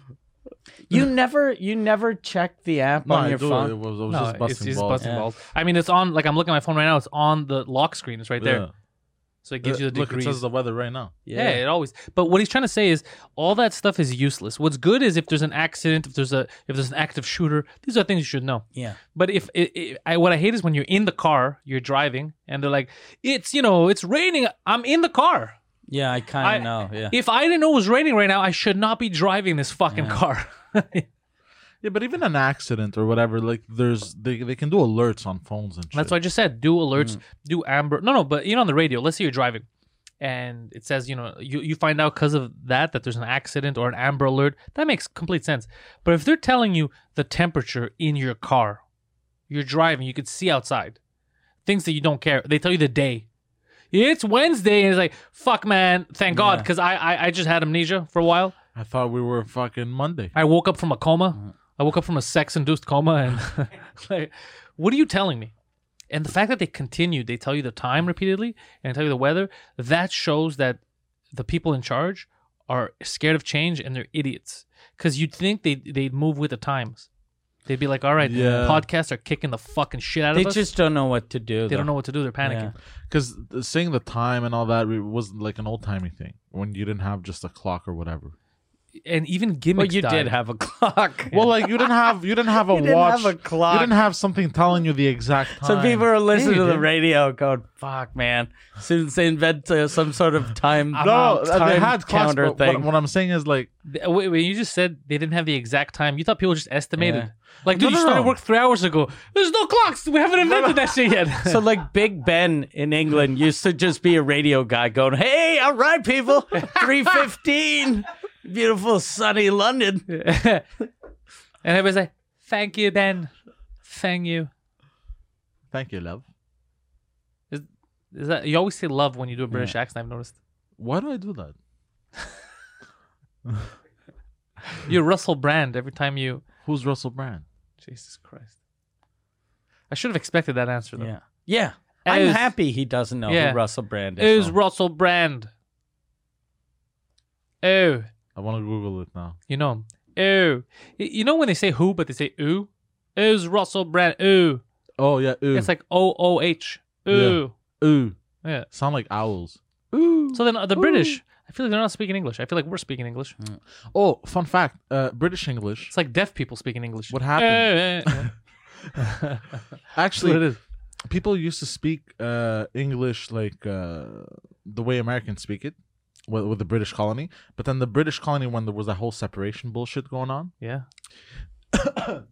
Speaker 2: You never you never check the app
Speaker 3: No,
Speaker 2: on
Speaker 3: I
Speaker 2: your
Speaker 3: do. It
Speaker 2: phone.
Speaker 3: was, I was
Speaker 1: No,
Speaker 3: just
Speaker 1: it's,
Speaker 3: busting
Speaker 1: it's
Speaker 3: balls.
Speaker 1: busting
Speaker 2: Yeah.
Speaker 1: balls. I mean, it's on. Like I'm looking at my phone right now. It's on the lock screen. It's right
Speaker 3: Yeah. Uh,
Speaker 1: there. So it gives you the
Speaker 3: Look, it
Speaker 1: degrees.
Speaker 3: says the weather right now.
Speaker 1: yeah. it always. But what he's trying to say is all that stuff is useless. What's good is if there's an accident, if there's a if there's an active shooter. These are things you should know.
Speaker 2: Yeah.
Speaker 1: But if i i I what I hate is when you're in the car, you're driving, and they're like, "It's you know, it's raining. I'm in the car.
Speaker 2: Yeah, I
Speaker 1: I-
Speaker 2: kind of know. Yeah.
Speaker 1: If I didn't know it was raining right now, I should not be driving this fucking car."
Speaker 3: Yeah, but even an accident or whatever, like there's they, they can do alerts on phones and shit.
Speaker 1: That's what I just said. Do alerts, do amber. No, no, but you know, on the radio, let's say you're driving and it says, you know, you, you find out because of that that there's an accident or an amber alert. That makes complete sense. But if they're telling you the temperature in your car, you're driving, you could see outside things that you don't care. They tell you the day. It's Wednesday, and it's like, fuck, man, thank God,
Speaker 2: Yeah.
Speaker 1: because I, I, I just had amnesia for a while.
Speaker 3: I thought we were fucking Monday.
Speaker 1: I woke up from a
Speaker 2: Uh-huh.
Speaker 1: coma. I woke up from a sex induced coma, and like, what are you telling me? And the fact that they continue, they tell you the time repeatedly and tell you the weather, that shows that the people in charge are scared of change and they're idiots. Because you'd think they they'd move with the times. They'd be like, "All right,
Speaker 3: Yeah.
Speaker 1: podcasts are kicking the fucking shit out
Speaker 2: They
Speaker 1: of us.
Speaker 2: just don't know what to do.
Speaker 1: they don't know what to do. They're panicking."
Speaker 3: Because saying the time and all that re- was like an old timey thing when you didn't have just a clock or whatever.
Speaker 1: And even
Speaker 2: Well,
Speaker 1: gimmicks.
Speaker 2: you
Speaker 1: died.
Speaker 2: did have a clock.
Speaker 3: Well, like you didn't have you didn't have a
Speaker 2: You didn't
Speaker 3: watch.
Speaker 2: have a clock.
Speaker 3: You didn't have something telling you the exact time.
Speaker 2: So people are listening
Speaker 3: Yeah, you
Speaker 2: to the
Speaker 3: did.
Speaker 2: radio going, fuck, man. Since they invent uh, some sort of time,
Speaker 1: Uh-huh.
Speaker 3: No, uh,
Speaker 2: time
Speaker 3: they had clocks,
Speaker 2: counter
Speaker 3: but what-
Speaker 2: thing.
Speaker 3: What, I'm saying is like
Speaker 1: Th- uh, Wait, wait, you just said they didn't have the exact time. You thought people just estimated.
Speaker 2: Yeah.
Speaker 1: Like, dude,
Speaker 3: No,
Speaker 1: you
Speaker 3: no,
Speaker 1: started
Speaker 3: no.
Speaker 1: work three hours ago. There's no clocks. We haven't invented that shit yet.
Speaker 2: so like Big Ben in England used to just be a radio guy going, hey, all right, people, 315. Beautiful sunny London.
Speaker 1: and everybody's like, thank you, Ben. Thank you.
Speaker 3: thank you, love.
Speaker 1: Is that you always say love when you do a British accent, I've noticed.
Speaker 3: Why do I do that?
Speaker 1: You're Russell Brand every time you
Speaker 3: Who's Russell Brand?
Speaker 1: Jesus Christ. I should have expected that answer though.
Speaker 2: Yeah. Yeah. I'm
Speaker 1: Is-
Speaker 2: happy he doesn't know
Speaker 1: Yeah.
Speaker 2: who Russell Brand is.
Speaker 1: Who's Russell Brand? Oh,
Speaker 3: I want to Google it now.
Speaker 1: you know him. Oh. Y- You know when they say who, but they say ooh? Is Russell Brand ooh.
Speaker 3: Oh yeah, ooh,
Speaker 1: It's like O O H.
Speaker 3: Yeah.
Speaker 1: Ooh.
Speaker 3: ooh,
Speaker 1: Yeah.
Speaker 3: sound like owls.
Speaker 1: So then uh, the British, I feel like they're not speaking English. I feel like we're speaking English.
Speaker 3: Oh, fun fact: uh, British English.
Speaker 1: It's like deaf people speaking English.
Speaker 3: What happened?
Speaker 1: Eh, eh, eh.
Speaker 3: Actually,
Speaker 1: it is.
Speaker 3: people used to speak uh, English like uh, the way Americans speak it with, with the British colony. But then the British colony, when there was that whole separation bullshit going on,
Speaker 1: Yeah.
Speaker 3: the,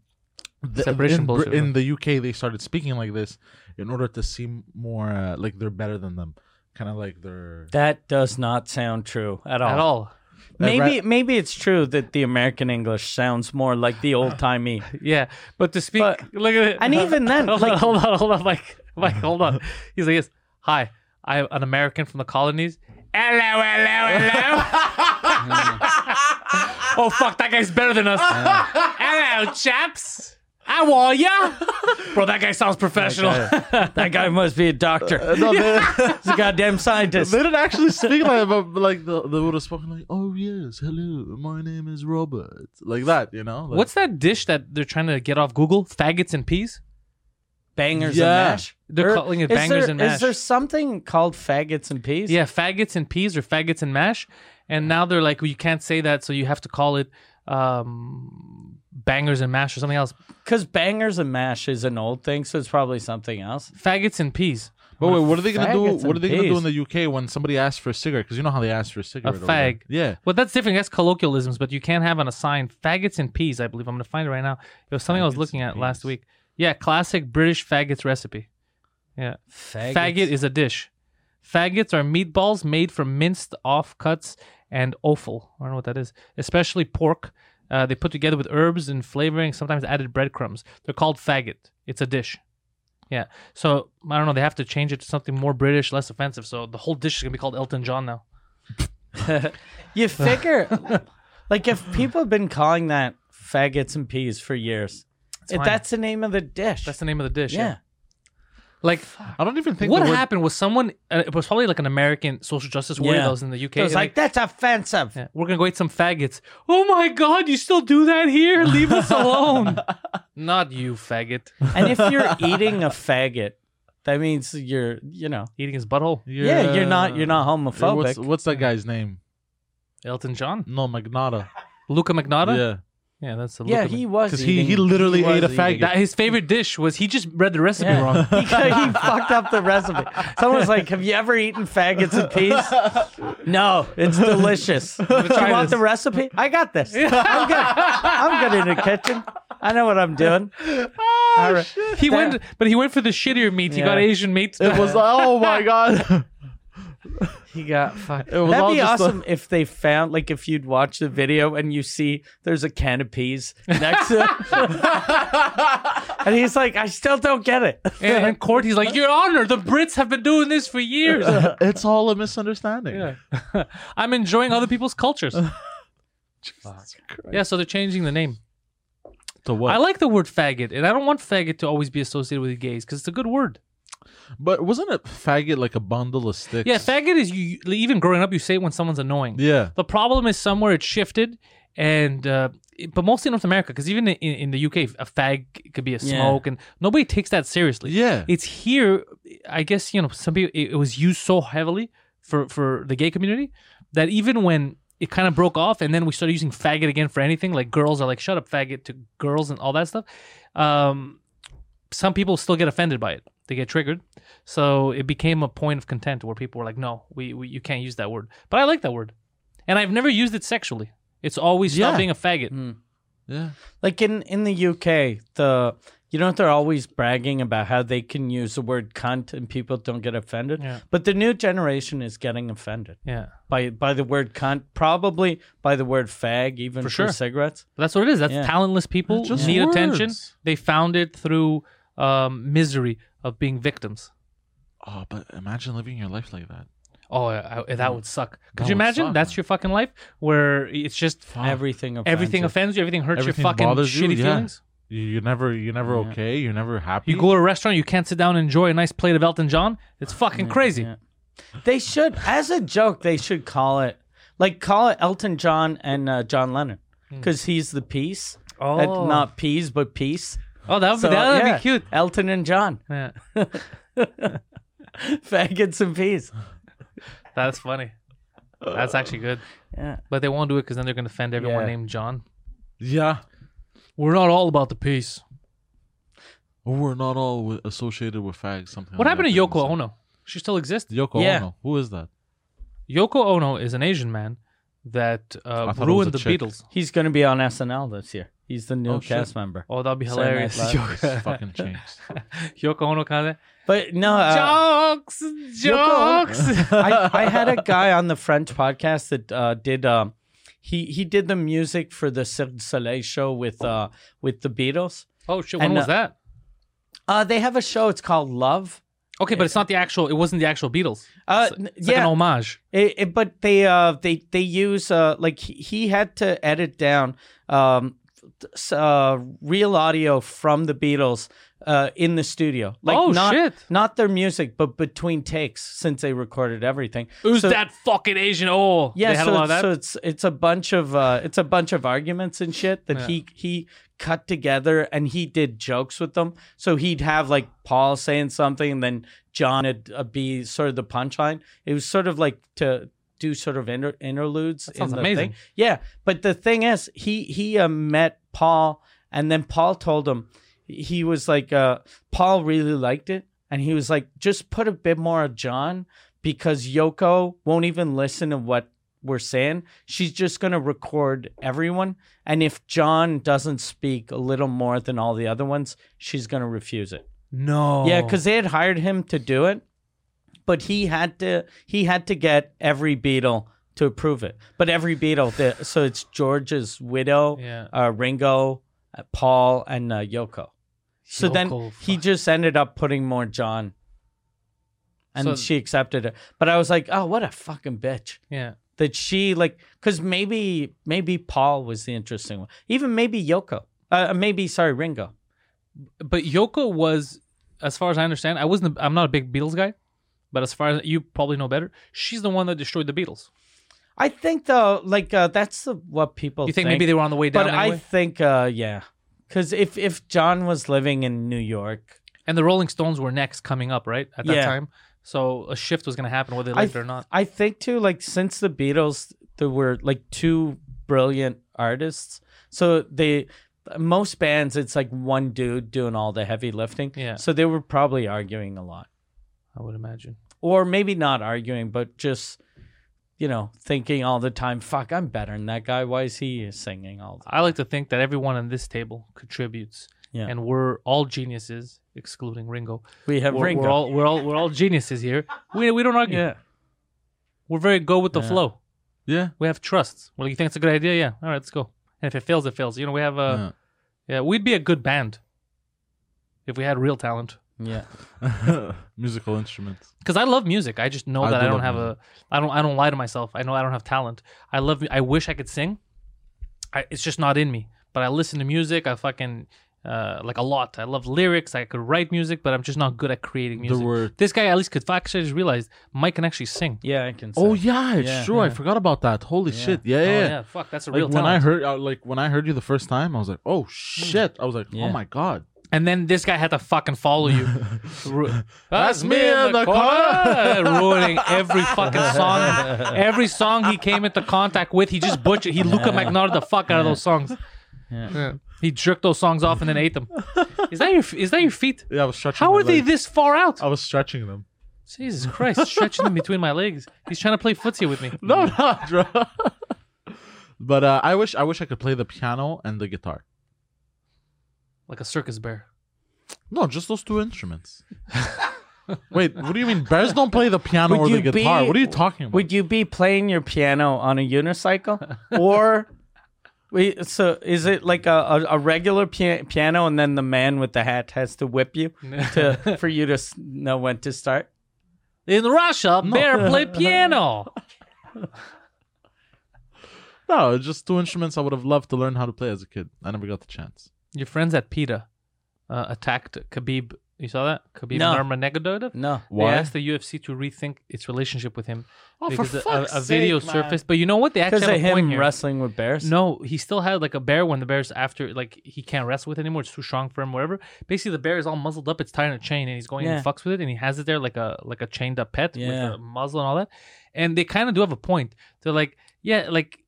Speaker 1: Separation
Speaker 3: in, Br-
Speaker 1: bullshit,
Speaker 3: in the UK, they started speaking like this in order to seem more uh, like they're better than them, kind of like they're.
Speaker 2: That does not sound true at all.
Speaker 1: At all.
Speaker 2: Maybe maybe it's true that the American English sounds more like the old timey.
Speaker 1: Yeah. But to speak,
Speaker 2: But-
Speaker 1: look at it.
Speaker 2: And even then,
Speaker 1: hold, on,
Speaker 2: like-
Speaker 1: hold on, hold on, Mike. Mike, hold on. He's like, yes. Hi, I'm an American from the colonies. Hello, hello, hello. oh, fuck. That guy's better than us. hello, chaps. How are ya? Bro, that guy sounds professional.
Speaker 2: That guy must be a doctor.
Speaker 3: No, they,
Speaker 2: He's a goddamn scientist.
Speaker 3: they didn't actually speak like that, but like the, they would have spoken like, "Oh yes, hello, my name is Robert," like that, you know. Like,
Speaker 1: What's that dish that they're trying to get off Google? Faggots and peas?
Speaker 2: Bangers
Speaker 3: Yeah.
Speaker 2: and mash.
Speaker 1: They're
Speaker 2: Or-
Speaker 1: calling it
Speaker 2: is
Speaker 1: bangers
Speaker 2: there-
Speaker 1: and mash.
Speaker 2: Is there something called faggots and peas?
Speaker 1: Yeah, faggots and peas or faggots and mash. And now they're like, well, you can't say that, so you have to call it um, bangers and mash or something else.
Speaker 2: Because bangers and mash is an old thing, so it's probably something else.
Speaker 1: Faggots and peas.
Speaker 3: But wait, what are they gonna do?
Speaker 2: faggots
Speaker 3: What
Speaker 2: and
Speaker 3: are they gonna do
Speaker 2: peas.
Speaker 3: in the UK when somebody asks for a cigarette? Because you know how they ask for a cigarette. over there.
Speaker 1: fag.
Speaker 3: Yeah.
Speaker 1: Well, that's different. That's colloquialisms, but you can't have on a sign faggots and peas, I believe. I'm going to find it right now. It was something I was
Speaker 3: Faggots
Speaker 1: looking
Speaker 3: and
Speaker 1: at last
Speaker 3: peas.
Speaker 1: week. Yeah, classic British faggots recipe. Yeah. Faggot is a dish. Faggots are meatballs made from minced off cuts and offal. I don't know what that is. Especially pork. Uh, they put together with herbs and flavoring, sometimes added breadcrumbs. They're called faggot. It's a dish. Yeah. So I don't know. They have to change it to something more British, less offensive. So the whole dish is gonna be called Elton John now.
Speaker 2: You figure, like, if people have been calling that faggots and peas for years, if
Speaker 1: fine.
Speaker 2: that's the name of the dish.
Speaker 1: That's the name of the dish.
Speaker 2: yeah.
Speaker 1: Like,
Speaker 3: I don't even think
Speaker 1: what
Speaker 3: the word-
Speaker 1: happened was someone, uh, it was probably like an American social justice warrior that was in the UK.
Speaker 2: I was
Speaker 1: and,
Speaker 2: like, that's offensive.
Speaker 1: yeah, we're going to go eat some faggots. Oh my God, you still do that here? Leave us alone. Not you, faggot.
Speaker 2: And if you're eating a faggot, that means you're, you know,
Speaker 1: Eating his butthole.
Speaker 3: You're,
Speaker 2: yeah, you're not,
Speaker 3: uh,
Speaker 2: you're not homophobic.
Speaker 3: What's, what's that guy's name?
Speaker 1: Elton John.
Speaker 3: No, Magnata.
Speaker 1: Luca Magnotta.
Speaker 3: Yeah,
Speaker 1: Yeah, that's the
Speaker 2: yeah,
Speaker 1: Luca
Speaker 2: he
Speaker 1: Mag-
Speaker 2: was
Speaker 3: because
Speaker 2: eating.
Speaker 3: he, he literally
Speaker 2: was
Speaker 3: ate a
Speaker 2: eating.
Speaker 3: faggot.
Speaker 1: That, his favorite dish was he just read the recipe
Speaker 2: Yeah.
Speaker 1: wrong.
Speaker 2: he, he fucked up the recipe. Someone was like, "Have you ever eaten faggots in peas?" No, it's delicious. Do you
Speaker 1: try
Speaker 2: want
Speaker 1: this.
Speaker 2: the recipe? I got this. I'm good. I'm good in the kitchen. I know what I'm doing.
Speaker 3: Oh,
Speaker 2: All right.
Speaker 1: He went, but he went for the shittier meat. He
Speaker 2: Yeah.
Speaker 1: got Asian meat.
Speaker 3: it was oh my god.
Speaker 1: he got fuck.
Speaker 3: It was
Speaker 2: That'd
Speaker 3: all
Speaker 2: be
Speaker 3: just a-
Speaker 2: awesome if they found like if you'd watch the video and you see there's a can of peas next to him. and he's like, I still don't get it.
Speaker 1: And in court, he's like, "Your Honor, the Brits have been doing this for years.
Speaker 3: it's all a misunderstanding.
Speaker 1: I'm enjoying other people's cultures." yeah, so they're changing the name.
Speaker 3: To what?
Speaker 1: I like the word faggot, and I don't want faggot to always be associated with gays because it's a good word.
Speaker 3: but wasn't a faggot like a bundle of sticks?
Speaker 1: Yeah, faggot is you. you- Even growing up, you say it when someone's annoying.
Speaker 3: Yeah.
Speaker 1: The problem is somewhere it shifted, and uh, it- but mostly in North America, because even in, in the UK, a fag could be a
Speaker 2: Yeah.
Speaker 1: smoke, and nobody takes that seriously.
Speaker 3: Yeah.
Speaker 1: it's here. I guess you know some people. It, it was used so heavily for for the gay community that even when it kind of broke off, and then we started using faggot again for anything. Like girls are like, "Shut up, faggot" to girls and all that stuff. Um, some people still get offended by it. They get triggered. So it became a point of content where people were like, "No, we, we you can't use that word." But I like that word, and I've never used it sexually. It's always
Speaker 3: Yeah.
Speaker 1: stop being a faggot.
Speaker 3: yeah.
Speaker 2: Like in in the UK, the you know they're always bragging about how they can use the word cunt and people don't get offended.
Speaker 1: Yeah.
Speaker 2: But the new generation is getting offended
Speaker 1: Yeah,
Speaker 2: by by the word cunt, probably by the word fag, even for,
Speaker 1: sure.
Speaker 2: cigarettes.
Speaker 1: that's what it is. That's
Speaker 2: Yeah.
Speaker 1: talentless people
Speaker 3: They're just
Speaker 1: need
Speaker 3: words.
Speaker 1: attention. They found it through um, misery of being victims.
Speaker 3: Oh, but imagine living your life like that.
Speaker 1: Oh, I, I- that would suck. Could
Speaker 3: That
Speaker 1: you
Speaker 3: would
Speaker 1: imagine?
Speaker 3: suck,
Speaker 1: That's
Speaker 3: man.
Speaker 1: your fucking life where it's just
Speaker 2: Everything offensive.
Speaker 1: everything offends you, everything hurts
Speaker 3: Everything
Speaker 1: your fucking
Speaker 3: bothers you,
Speaker 1: shitty
Speaker 3: yeah. Mm.
Speaker 1: feelings.
Speaker 3: You- You're never, you're never
Speaker 2: Yeah.
Speaker 3: okay. You're never happy.
Speaker 1: You go to a restaurant, you can't sit down and enjoy a nice plate of Elton John. It's
Speaker 3: Mm,
Speaker 1: fucking crazy.
Speaker 2: yeah. They should, as a joke, they should call it like call it Elton John and uh, John Lennon because he's the peace.
Speaker 1: Hmm. Oh.
Speaker 2: That- not peas, but peace.
Speaker 1: Oh, that would
Speaker 2: So,
Speaker 1: be, that would
Speaker 2: yeah,
Speaker 1: be cute.
Speaker 2: Elton and John,
Speaker 1: Yeah.
Speaker 2: faggots and peas.
Speaker 1: That's funny. That's actually good.
Speaker 2: Yeah.
Speaker 1: But they won't do it because then they're going to offend everyone
Speaker 2: Yeah.
Speaker 1: named John.
Speaker 3: yeah.
Speaker 1: We're not all about the peace.
Speaker 3: We're not all wi- associated with fags. Something.
Speaker 1: What
Speaker 3: like
Speaker 1: happened
Speaker 3: that,
Speaker 1: to
Speaker 3: didn't
Speaker 1: Yoko
Speaker 3: say.
Speaker 1: Ono? She still exists.
Speaker 3: Yoko
Speaker 2: Yeah.
Speaker 3: Ono. Who is that?
Speaker 1: Yoko Ono is an Asian man that uh,
Speaker 3: I thought it was a
Speaker 1: ruined the
Speaker 3: chick.
Speaker 1: Beatles.
Speaker 2: He's going to be on SNL this year. He's the new
Speaker 3: Oh, shit.
Speaker 2: cast member.
Speaker 1: Oh, that'd be
Speaker 2: Saturday Night
Speaker 1: hilarious.
Speaker 2: Live.
Speaker 1: Yoko,
Speaker 3: It's fucking changed.
Speaker 1: Yoko Ono kind of
Speaker 2: But no, uh,
Speaker 1: jokes,
Speaker 2: Yoko
Speaker 1: jokes.
Speaker 2: I, I had a guy on the French podcast that uh, did. Um, he he did the music for the Cirque du Soleil show with uh, with the Beatles.
Speaker 1: oh shit! When
Speaker 2: And,
Speaker 1: was
Speaker 2: uh,
Speaker 1: that?
Speaker 2: Uh, they have a show. It's called Love.
Speaker 1: Okay, but it's not the actual. It wasn't the actual Beatles.
Speaker 2: Uh,
Speaker 1: It's-
Speaker 2: n-
Speaker 1: it's
Speaker 2: yeah.
Speaker 1: like an homage.
Speaker 2: It, it, but they uh they they use uh like he, he had to edit down um s- uh real audio from the Beatles uh in the studio like
Speaker 1: Oh,
Speaker 2: not
Speaker 1: shit.
Speaker 2: not their music but between takes since they recorded everything
Speaker 1: Who's
Speaker 2: So-
Speaker 1: that fucking Asian? Oh,
Speaker 2: yeah
Speaker 1: they had
Speaker 2: so,
Speaker 1: a lot of that.
Speaker 2: so it's it's a bunch of uh it's a bunch of arguments and shit that he he cut together and he did jokes with them so he'd have like Paul saying something and then John would uh, be sort of the punchline it was sort of like to do sort of inter- interludes
Speaker 1: sounds
Speaker 2: in the
Speaker 1: amazing.
Speaker 2: thing. Yeah, but the thing is, he he uh, met Paul, and then Paul told him he was like, uh, Paul really liked it, and he was like, just put a bit more of John because Yoko won't even listen to what we're saying. She's just gonna record everyone, and if John doesn't speak a little more than all the other ones, she's gonna refuse it.
Speaker 1: no.
Speaker 2: Yeah, because they had hired him to do it, but he had to he had to get every Beatle to approve it. But every Beatle, did, so it's George's widow,
Speaker 1: Yeah.
Speaker 2: uh, Ringo, uh, Paul, and uh, Yoko. So then
Speaker 1: Yoko,
Speaker 2: he
Speaker 1: fuck.
Speaker 2: just ended up putting more John, and
Speaker 1: So-
Speaker 2: she accepted it. But I was like, oh, what a fucking bitch
Speaker 1: yeah.
Speaker 2: that she like because maybe maybe Paul was the interesting one, even maybe Yoko, uh, maybe sorry Ringo.
Speaker 1: But Yoko was as far as I understand, I wasn't. A, I'm not a big Beatles guy, but as far as you probably know better, she's the one that destroyed the Beatles.
Speaker 2: I think though, like uh, that's the, what people.
Speaker 1: You think, maybe they were on the way down,
Speaker 2: But I
Speaker 1: anyway?
Speaker 2: think, uh, yeah, because if if John was living in New York,
Speaker 1: and the Rolling Stones were next coming up, right at that
Speaker 2: Yeah.
Speaker 1: time. So a shift was going to happen, whether they
Speaker 2: I
Speaker 1: liked it
Speaker 2: th-
Speaker 1: or not.
Speaker 2: I think too, like since the Beatles, there were like two brilliant artists. So they most bands, it's like one dude doing all the heavy lifting.
Speaker 1: Yeah.
Speaker 2: So they were probably arguing a lot,
Speaker 1: I would imagine.
Speaker 2: or maybe not arguing, but just you know thinking all the time, "Fuck, I'm better than that guy. Why is he singing all the?"
Speaker 1: I like to think that everyone on this table contributes,
Speaker 2: Yeah.
Speaker 1: and we're all geniuses, excluding Ringo.
Speaker 2: We have
Speaker 1: We're,
Speaker 2: Ringo.
Speaker 1: we're all we're all we're all geniuses here. We we don't argue.
Speaker 2: yeah.
Speaker 1: We're very go with the
Speaker 2: Yeah.
Speaker 1: flow.
Speaker 3: Yeah.
Speaker 1: We have trust. Well, you think it's a good idea? Yeah. All right, let's go. And if it fails, it fails. You know, we have uh,
Speaker 3: yeah.
Speaker 1: Yeah, we'd be a good band if we had real talent.
Speaker 2: Yeah.
Speaker 3: musical instruments.
Speaker 1: Because I love music. I just know
Speaker 3: I
Speaker 1: that
Speaker 3: do
Speaker 1: I don't
Speaker 3: love
Speaker 1: have
Speaker 3: music.
Speaker 1: a. I don't. I don't lie to myself. I know I don't have talent. I love. I wish I could sing. I, it's just not in me. But I listen to music. I fucking uh, like a lot. I love lyrics. I could write music, but I'm just not good at creating music.
Speaker 3: There were.
Speaker 1: This guy at least could. I Actually, just realized Mike can actually sing.
Speaker 2: Yeah, I can. Say.
Speaker 3: Oh yeah, it's
Speaker 2: Yeah.
Speaker 3: true. I forgot about that. Holy
Speaker 2: Yeah.
Speaker 3: shit. Yeah,
Speaker 1: Oh,
Speaker 3: yeah. yeah.
Speaker 1: yeah, fuck, that's a
Speaker 3: Like
Speaker 1: real
Speaker 3: when
Speaker 1: talent.
Speaker 3: I heard, I, like when I heard you the first time, I was like, "Oh shit!" I was like, "Oh
Speaker 2: Yeah.
Speaker 3: my god!"
Speaker 1: And then this guy had to fucking follow you. Ru- That's
Speaker 3: me in the corner.
Speaker 1: ruining every fucking song. Every song he came into contact with, he just butchered. He Luca McNard the fuck out of those songs.
Speaker 2: Yeah.
Speaker 1: He jerked those songs off and then ate them. Is that your is that your feet?
Speaker 3: Yeah, I was stretching.
Speaker 1: How
Speaker 3: my
Speaker 1: are they
Speaker 3: legs.
Speaker 1: this far out?
Speaker 3: I was stretching them.
Speaker 1: Jesus Christ, stretching them between my legs. He's trying to play footsie with me.
Speaker 3: No, no, bro. but uh, I wish I wish I could play the piano and the guitar.
Speaker 1: Like a circus bear.
Speaker 3: No, just those two instruments. Wait, what do you mean? Bears don't play the piano
Speaker 2: Would
Speaker 3: or the
Speaker 2: you be-
Speaker 3: guitar. What are you talking about?
Speaker 2: Would you be playing your piano on a unicycle or wait, so is it like a, a, a regular pia- piano and then the man with the hat has to whip you to for you to s- know when to start?
Speaker 1: In Russia, bear play piano.
Speaker 3: no, it's just two instruments I would have loved to learn how to play as a kid. I never got the chance.
Speaker 1: Your friends at PETA uh, attacked Khabib. You saw that? Khabib
Speaker 2: No.
Speaker 1: Nurmagomedov?
Speaker 2: No.
Speaker 3: Why?
Speaker 1: They asked the UFC to rethink its relationship with him
Speaker 3: Oh, for
Speaker 1: because a-
Speaker 3: fuck's
Speaker 1: a, a video
Speaker 3: sake, man.
Speaker 1: surfaced. But you know what? They
Speaker 2: Because
Speaker 1: actually
Speaker 2: of
Speaker 1: have a point
Speaker 2: him
Speaker 1: here.
Speaker 2: wrestling with bears?
Speaker 1: No, he still had like a bear when the bear's after, like he can't wrestle with it anymore. It's too strong for him, whatever. Basically, the bear is all muzzled up. It's tied in a chain, and he's going
Speaker 2: Yeah.
Speaker 1: and fucks with it, and he has it there like a like a chained up pet
Speaker 2: Yeah.
Speaker 1: with a muzzle and all that. And they kind of do have a point. They're like, yeah, like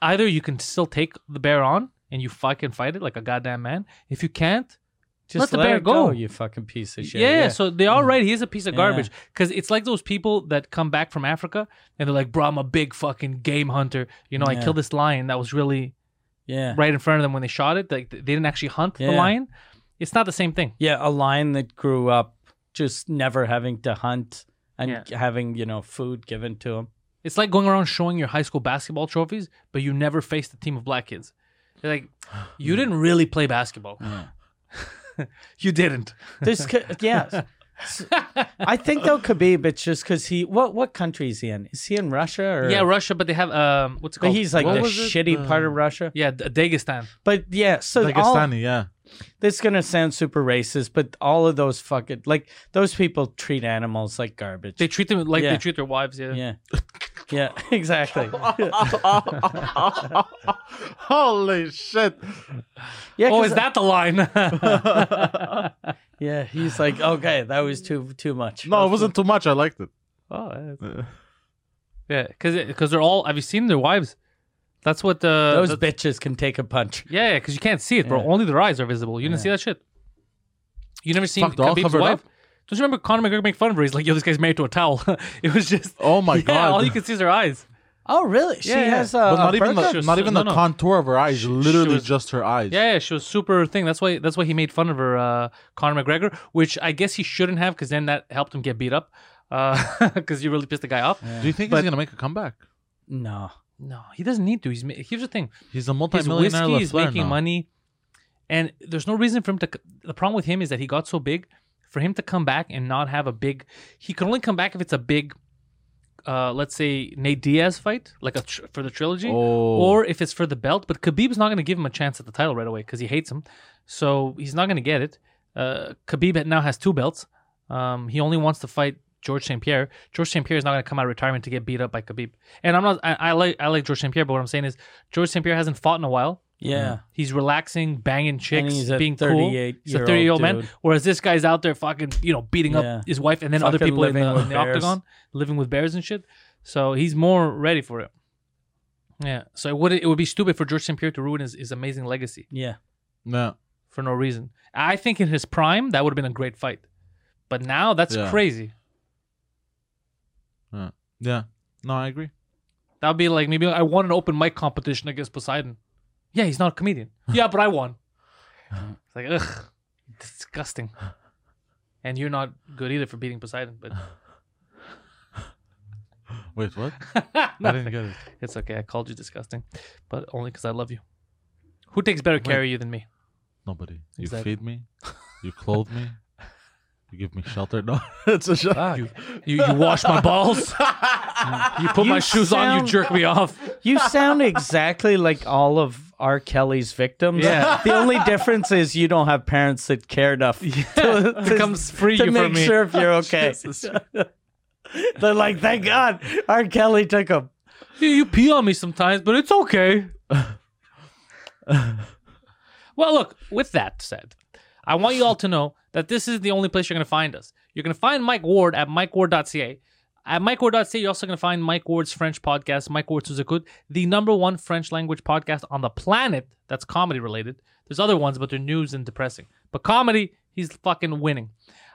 Speaker 1: either you can still take the bear on and you fucking fight it like a goddamn man. If you can't,
Speaker 2: Just
Speaker 1: let the bear
Speaker 2: it
Speaker 1: go.
Speaker 2: you fucking piece of shit.
Speaker 1: yeah, so they are right. He is a piece of
Speaker 2: Mm-hmm. Yeah.
Speaker 1: garbage because it's like those people that come back from Africa and they're like, "Bro, I'm a big fucking game hunter. You know, I
Speaker 2: Yeah.
Speaker 1: killed this lion that was really
Speaker 2: yeah.
Speaker 1: right in front of them when they shot it. Like they didn't actually hunt the
Speaker 2: Yeah.
Speaker 1: lion. It's not the same thing.
Speaker 2: Yeah, a lion that grew up just never having to hunt and
Speaker 1: Yeah.
Speaker 2: having, you know, food given to him.
Speaker 1: It's like going around showing your high school basketball trophies, but you never faced a team of black kids. They're like, you didn't really play basketball. you didn't.
Speaker 2: This could, yeah. I think though Khabib, it's just because he. What what country is he in? Is he in Russia or?
Speaker 1: Yeah, Russia, but they have um, what's it
Speaker 2: but
Speaker 1: called?
Speaker 2: he's like
Speaker 3: What
Speaker 2: the
Speaker 3: was it?
Speaker 2: shitty
Speaker 3: Uh,
Speaker 2: part of Russia.
Speaker 1: yeah, D- Dagestan.
Speaker 2: But yeah, so all,
Speaker 3: Dagestani, yeah.
Speaker 2: this is gonna sound super racist, but all of those fucking like those people treat animals like garbage.
Speaker 1: They treat them like they
Speaker 2: Yeah.
Speaker 1: treat their wives. Yeah.
Speaker 2: yeah, yeah, exactly.
Speaker 1: Oh,
Speaker 3: Holy shit!
Speaker 2: Yeah,
Speaker 1: Oh,
Speaker 2: 'cause-
Speaker 1: is that the line?
Speaker 2: Yeah, he's like, okay, that was too too much.
Speaker 3: No, it wasn't too much. I liked it.
Speaker 1: Oh, yeah. yeah, because because they're all. Have you seen their wives? That's what uh,
Speaker 2: Those
Speaker 1: that's-
Speaker 2: bitches can take a punch.
Speaker 1: yeah, yeah, because you can't see it, bro. Only their eyes are visible. You didn't see that shit. You never seen
Speaker 3: Fuck, they're all
Speaker 1: Khabib's
Speaker 3: covered
Speaker 1: wife.
Speaker 3: up?
Speaker 1: Don't you remember Conor McGregor make fun of her? He's like, "Yo, this guy's married to a towel." it was just,
Speaker 3: Oh my
Speaker 1: yeah,
Speaker 3: god!
Speaker 1: all you could see is her eyes.
Speaker 2: Oh, really? She
Speaker 1: Yeah, yeah.
Speaker 2: has a,
Speaker 3: But not
Speaker 2: a
Speaker 3: even
Speaker 2: burqa?
Speaker 3: the, not even
Speaker 1: Uh, No,
Speaker 3: the
Speaker 1: no.
Speaker 3: contour of her eyes. literally
Speaker 1: was-
Speaker 3: just her eyes.
Speaker 1: Yeah, yeah, she was super thing. That's why that's why he made fun of her, uh, Conor McGregor, which I guess he shouldn't have, because then that helped him get beat up, because you really pissed the guy off.
Speaker 3: Do you think he's gonna make a comeback?
Speaker 2: no.
Speaker 1: No, he doesn't need to. He's ma- here's the thing.
Speaker 3: He's a
Speaker 1: his
Speaker 3: multi-millionaire.
Speaker 1: whiskey is
Speaker 3: Lafleur
Speaker 1: making
Speaker 3: now.
Speaker 1: money, and there's no reason for him to. c- The problem with him is that he got so big. For him to come back and not have a big, he can only come back if it's a big, uh, let's say Nate Diaz fight, like a tr- for the trilogy,
Speaker 3: Oh.
Speaker 1: or if it's for the belt. But Khabib's not going to give him a chance at the title right away because he hates him, so he's not going to get it. Uh, Khabib now has two belts. Um, he only wants to fight George St Pierre. George St Pierre is not going to come out of retirement to get beat up by Khabib. And I'm not. I, I like I like George St Pierre, but what I'm saying is George St Pierre hasn't fought in a while.
Speaker 2: Yeah.
Speaker 1: He's relaxing, banging chicks,
Speaker 2: Mm. he's a
Speaker 1: being cool.
Speaker 2: 38
Speaker 1: He's a
Speaker 2: year
Speaker 1: 30 year old
Speaker 2: old
Speaker 1: man.
Speaker 2: dude.
Speaker 1: Whereas this guy's out there fucking, you know, beating
Speaker 2: Yeah.
Speaker 1: up his wife and then other
Speaker 2: Fucking
Speaker 1: people in
Speaker 2: living
Speaker 1: the,
Speaker 2: with
Speaker 1: in the
Speaker 2: bears.
Speaker 1: octagon, living with bears and shit. So he's more ready for it. Yeah. So it would it would be stupid for George St. Pierre to ruin his, his amazing legacy
Speaker 2: Yeah.
Speaker 3: No.
Speaker 1: for no reason. I think in his prime that would have been a great fight. But now that's
Speaker 3: Yeah.
Speaker 1: crazy.
Speaker 3: Yeah. No, I agree.
Speaker 1: That would be like maybe I won an open mic competition against Poseidon. Yeah, he's not a comedian. Yeah, but I won. It's like ugh, disgusting. And you're not good either for beating Poseidon, but
Speaker 3: Wait, what? I didn't
Speaker 1: nothing.
Speaker 3: get it.
Speaker 1: It's okay. I called you disgusting, but only because I love you. Who takes better care of you than me?
Speaker 3: Nobody. You
Speaker 1: Exactly.
Speaker 3: feed me. You clothe me. You give me shelter. No, it's a shock. You,
Speaker 1: You, you wash my balls. you put my
Speaker 2: You
Speaker 1: shoes on. You
Speaker 2: sound-
Speaker 1: jerk me off.
Speaker 2: You sound exactly like all of R. Kelly's victims.
Speaker 1: Yeah.
Speaker 2: The only difference is you don't have parents that care enough to, to,
Speaker 1: Comes free
Speaker 2: to
Speaker 1: you
Speaker 2: make
Speaker 1: from me.
Speaker 2: sure if you're okay. Oh, They're like, thank God R. Kelly took him.
Speaker 1: You, you pee on me sometimes, but it's okay. well, look, with that said, I want you all to know that this is the only place you're going to find us. You're going to find Mike Ward at mikeward.ca. At mikeward.ca, you're also going to find Mike Ward's French podcast, Mike Ward Suzakut, the number one French language podcast on the planet that's comedy related. There's other ones, but they're news and depressing. But comedy, he's fucking winning.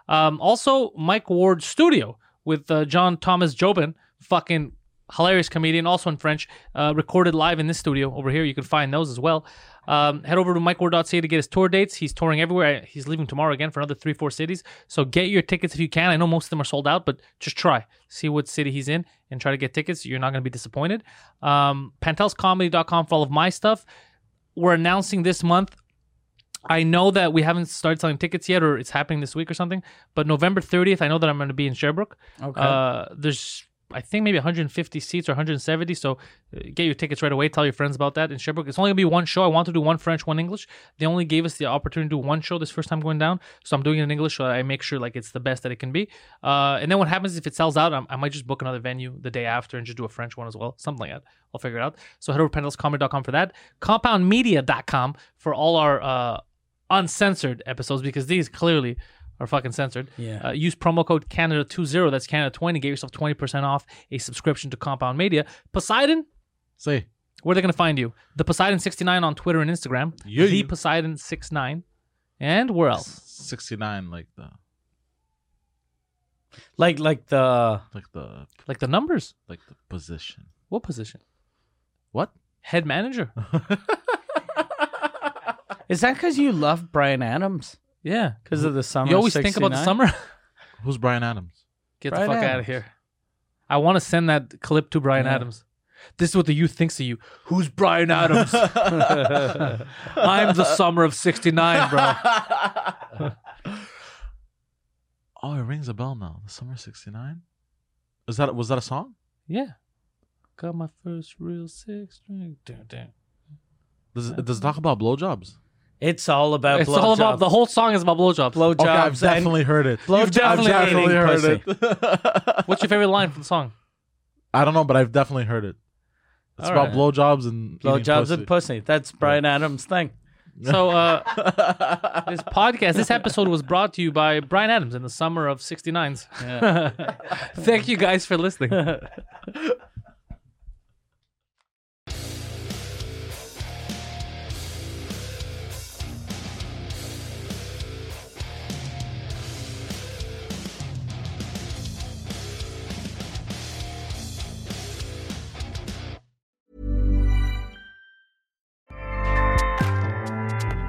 Speaker 1: Um, also, Mike Ward Studio with uh, John Thomas Jobin, fucking hilarious comedian, also in French, uh, recorded live in this studio over here. You can find those as well. Um, head over to MikeWard.ca to get his tour dates. He's touring everywhere. Uh, He's leaving tomorrow again for another three, four cities. So get your tickets if you can. I know most of them are sold out, but just try. See what city he's in and try to get tickets. You're not going to be disappointed. Um, PantelsComedy.com for all of my stuff. We're announcing this month I know that we haven't started selling tickets yet, or it's happening this week or something. But November 30th, I know that I'm going to be in Sherbrooke.
Speaker 2: Okay.
Speaker 1: Uh, there's, I think, maybe 150 seats or 170. So uh, get your tickets right away. Tell your friends about that in Sherbrooke. It's only going to be one show. I want to do one French, one English. They only gave us the opportunity to do one show this first time going down. So I'm doing it in English so that I make sure like it's the best that it can be. Uh, and then what happens if it sells out, i I might just book another venue the day after and just do a French one as well. Something like that. I'll figure it out. So head over to pendlescomedy.com for that. Compoundmedia.com for all our uh, uncensored episodes because these clearly are fucking censored.
Speaker 2: Yeah.
Speaker 1: Uh, use promo code Canada20, that's Canada20, get yourself 20% off a subscription to Compound Media. Poseidon,
Speaker 3: Say,
Speaker 1: where are they going to find you? The Poseidon69 on Twitter and Instagram.
Speaker 3: Yeah.
Speaker 1: The Poseidon69. And where else?
Speaker 3: 69, like the,
Speaker 2: like like the
Speaker 3: like the,
Speaker 1: Like the numbers.
Speaker 3: like the position.
Speaker 1: What position?
Speaker 3: What?
Speaker 1: Head manager.
Speaker 2: Is that because you love Brian Adams?
Speaker 1: Yeah.
Speaker 2: Because of the summer.
Speaker 1: You always think about the
Speaker 2: 69?
Speaker 1: summer.
Speaker 3: Who's Brian Adams?
Speaker 1: Get
Speaker 2: Bryan
Speaker 1: the fuck out of
Speaker 2: Adams.
Speaker 1: here. I want to send that clip to Brian
Speaker 2: Yeah.
Speaker 1: Adams. This is what the youth thinks of you. Who's Brian Adams? I'm the summer of 69, bro.
Speaker 3: Oh, it rings a bell now. The summer '69. Is that was that a song?
Speaker 1: Yeah. Got my first real six string. Dun, dun.
Speaker 3: Does it, does it talk about blowjobs?
Speaker 2: It's all about
Speaker 1: It's all about
Speaker 2: blowjobs.
Speaker 1: the whole song is about blowjobs.
Speaker 2: blowjobs. and-
Speaker 3: heard it.
Speaker 2: Blow
Speaker 1: You've
Speaker 2: jobs
Speaker 1: definitely
Speaker 2: and
Speaker 1: definitely
Speaker 2: eating pussy.
Speaker 3: it.
Speaker 1: What's your favorite line from the song?
Speaker 3: I don't know, but I've definitely heard it. It's
Speaker 1: All
Speaker 3: about
Speaker 1: right.
Speaker 3: blowjobs and
Speaker 2: Blow
Speaker 3: eating
Speaker 2: jobs
Speaker 3: pussy.
Speaker 2: and pussy. That's Brian Adams' thing.
Speaker 1: So uh, this podcast, this episode was brought to you by Brian Adams in the summer of '69s. Thank you guys for listening.